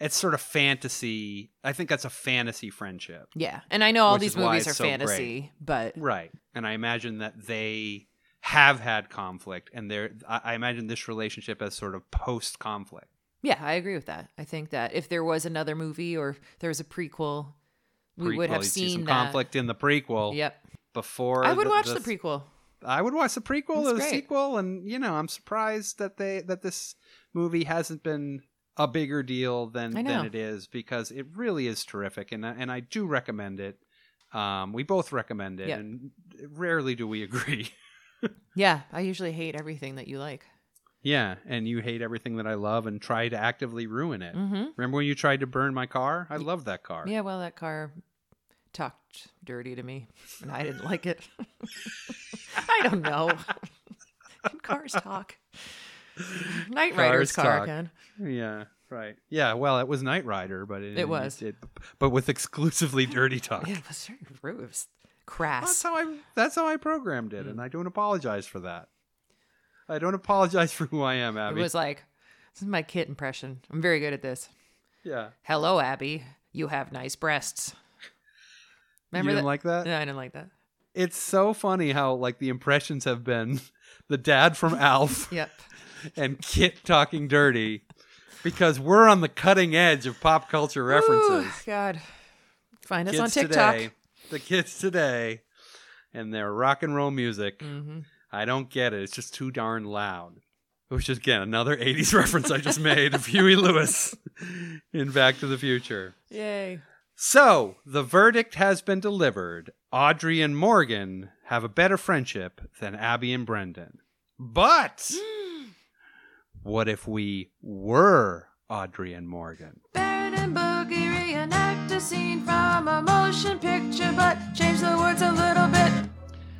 S2: It's sort of fantasy. I think that's a fantasy friendship.
S1: Yeah. And I know all
S2: Which
S1: these
S2: is why
S1: movies
S2: it's
S1: are
S2: so great.
S1: fantasy, but
S2: right and i imagine that they have had conflict and they're i I imagine this relationship as sort of post conflict
S1: yeah, I agree with that. I think that if there was another movie or if there was a prequel, we would have seen
S2: some
S1: that.
S2: conflict in the prequel
S1: Yep.
S2: before
S1: I would watch the, prequel.
S2: i would watch the prequel
S1: It's
S2: or the
S1: great.
S2: sequel and you know i'm surprised that they that this movie hasn't been a bigger deal than
S1: I
S2: than
S1: know.
S2: it is because it really is terrific and I- and i do recommend it um we both recommend it
S1: Yep.
S2: and rarely do we agree
S1: Yeah, I usually hate everything that you like.
S2: Yeah, and you hate everything that I love and try to actively ruin it.
S1: Mhm.
S2: Remember when you tried to burn my car? I love that car.
S1: Yeah, well, that car talked dirty to me, and I didn't like it. I don't know. Can cars talk? Knight Rider's
S2: Cars
S1: car
S2: talk.
S1: can.
S2: Yeah, right. Yeah, well, it was Knight Rider, but it,
S1: It was.
S2: it- but with exclusively dirty talk.
S1: It was very rude. It was crass.
S2: That's how I. That's how I programmed
S1: Mm.
S2: it, and I don't apologize for that. I don't apologize for who I am,
S1: it
S2: Abby.
S1: was like this is my kid impression. I'm very good at this.
S2: Yeah.
S1: Hello, Abby. You have nice breasts. Remember
S2: didn't like that?
S1: No, I didn't like that.
S2: it's so funny how like the impressions have been the dad from Alf.
S1: Yep.
S2: And Kit talking dirty because we're on the cutting edge of pop culture references.
S1: Ooh, God. Find us on
S2: Kids
S1: TikTok.
S2: Today, the kids today and their rock and roll music.
S1: Mm-hmm.
S2: I don't get it. It's just too darn loud. Which is again another 80s reference I just made of Huey Lewis in Back to the Future.
S1: Yay.
S2: So, the verdict has been delivered. Audrey and Morgan have a better friendship than Abby and Brendan. But what if we were Audrey and Morgan?
S11: Baron and Boogie reenact a scene from a motion picture, but change the words a little bit.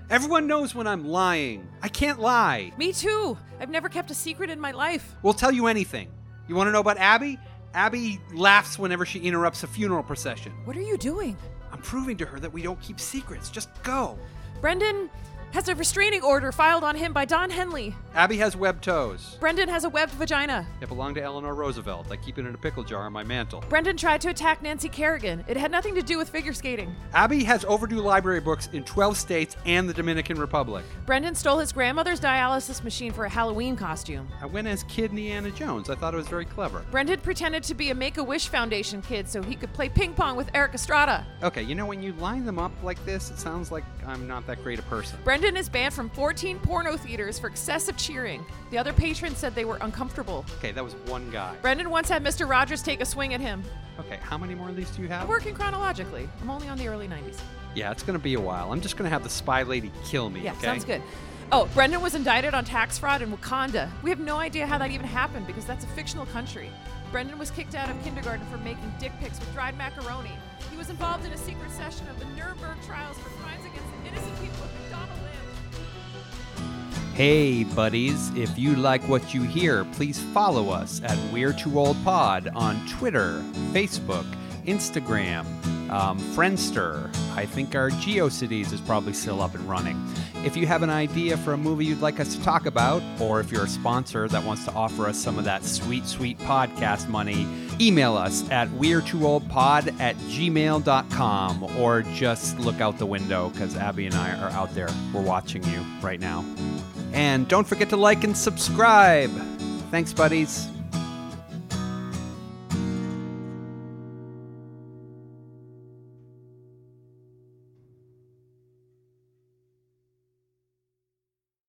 S2: Everyone knows when I'm lying. I can't lie.
S1: Me too. I've never kept a secret in my life.
S2: We'll tell you anything. You want to know about Abby? Abby laughs whenever she interrupts a funeral procession.
S1: What are you doing?
S2: I'm proving to her that we don't keep secrets. Just go.
S1: Brendan has a restraining order filed on him by Don Henley.
S2: Abby has webbed toes.
S1: Brendan has a webbed vagina.
S2: It belonged to Eleanor Roosevelt. I keep it in a pickle jar on my mantle.
S1: Brendan tried to attack Nancy Kerrigan. It had nothing to do with figure skating.
S2: Abby has overdue library books in 12 states and the Dominican Republic.
S1: Brendan stole his grandmother's dialysis machine for a Halloween costume.
S2: I went as Kid Indiana Jones. I thought it was very clever.
S1: Brendan pretended to be a Make a Wish Foundation kid so he could play ping pong with Eric Estrada.
S2: Okay, you know, when you line them up like this, it sounds like I'm not that great a person.
S1: Brendan and his band from 14 porno theaters for excessive cheering. The other patrons said they were uncomfortable.
S2: Okay, that was one guy.
S1: Brendan once had Mr. Rogers take a swing at him.
S2: Okay, how many more of these do you
S1: I'm
S2: have?
S1: working chronologically. I'm only on the early 90s.
S2: Yeah, it's gonna be a while. I'm just gonna have the spy lady kill me.
S1: Yeah,
S2: okay?
S1: sounds good. Oh, Brendan was indicted on tax fraud in Wakanda. We have no idea how that even happened because that's a fictional country. Brendan was kicked out of kindergarten for making dick pics with dried macaroni. He was involved in a secret session of the Nuremberg trials for crimes against innocent people at McDonald's.
S2: Hey, buddies, if you like what you hear, please follow us at We're Too Old Pod on Twitter, Facebook, Instagram, um, Friendster. I think our GeoCities is probably still up and running. If you have an idea for a movie you'd like us to talk about, or if you're a sponsor that wants to offer us some of that sweet, sweet podcast money, email us at We're Too Old Pod at gmail.com or just look out the window because Abby and I are out there. We're watching you right now. And don't forget to like and subscribe. Thanks, buddies.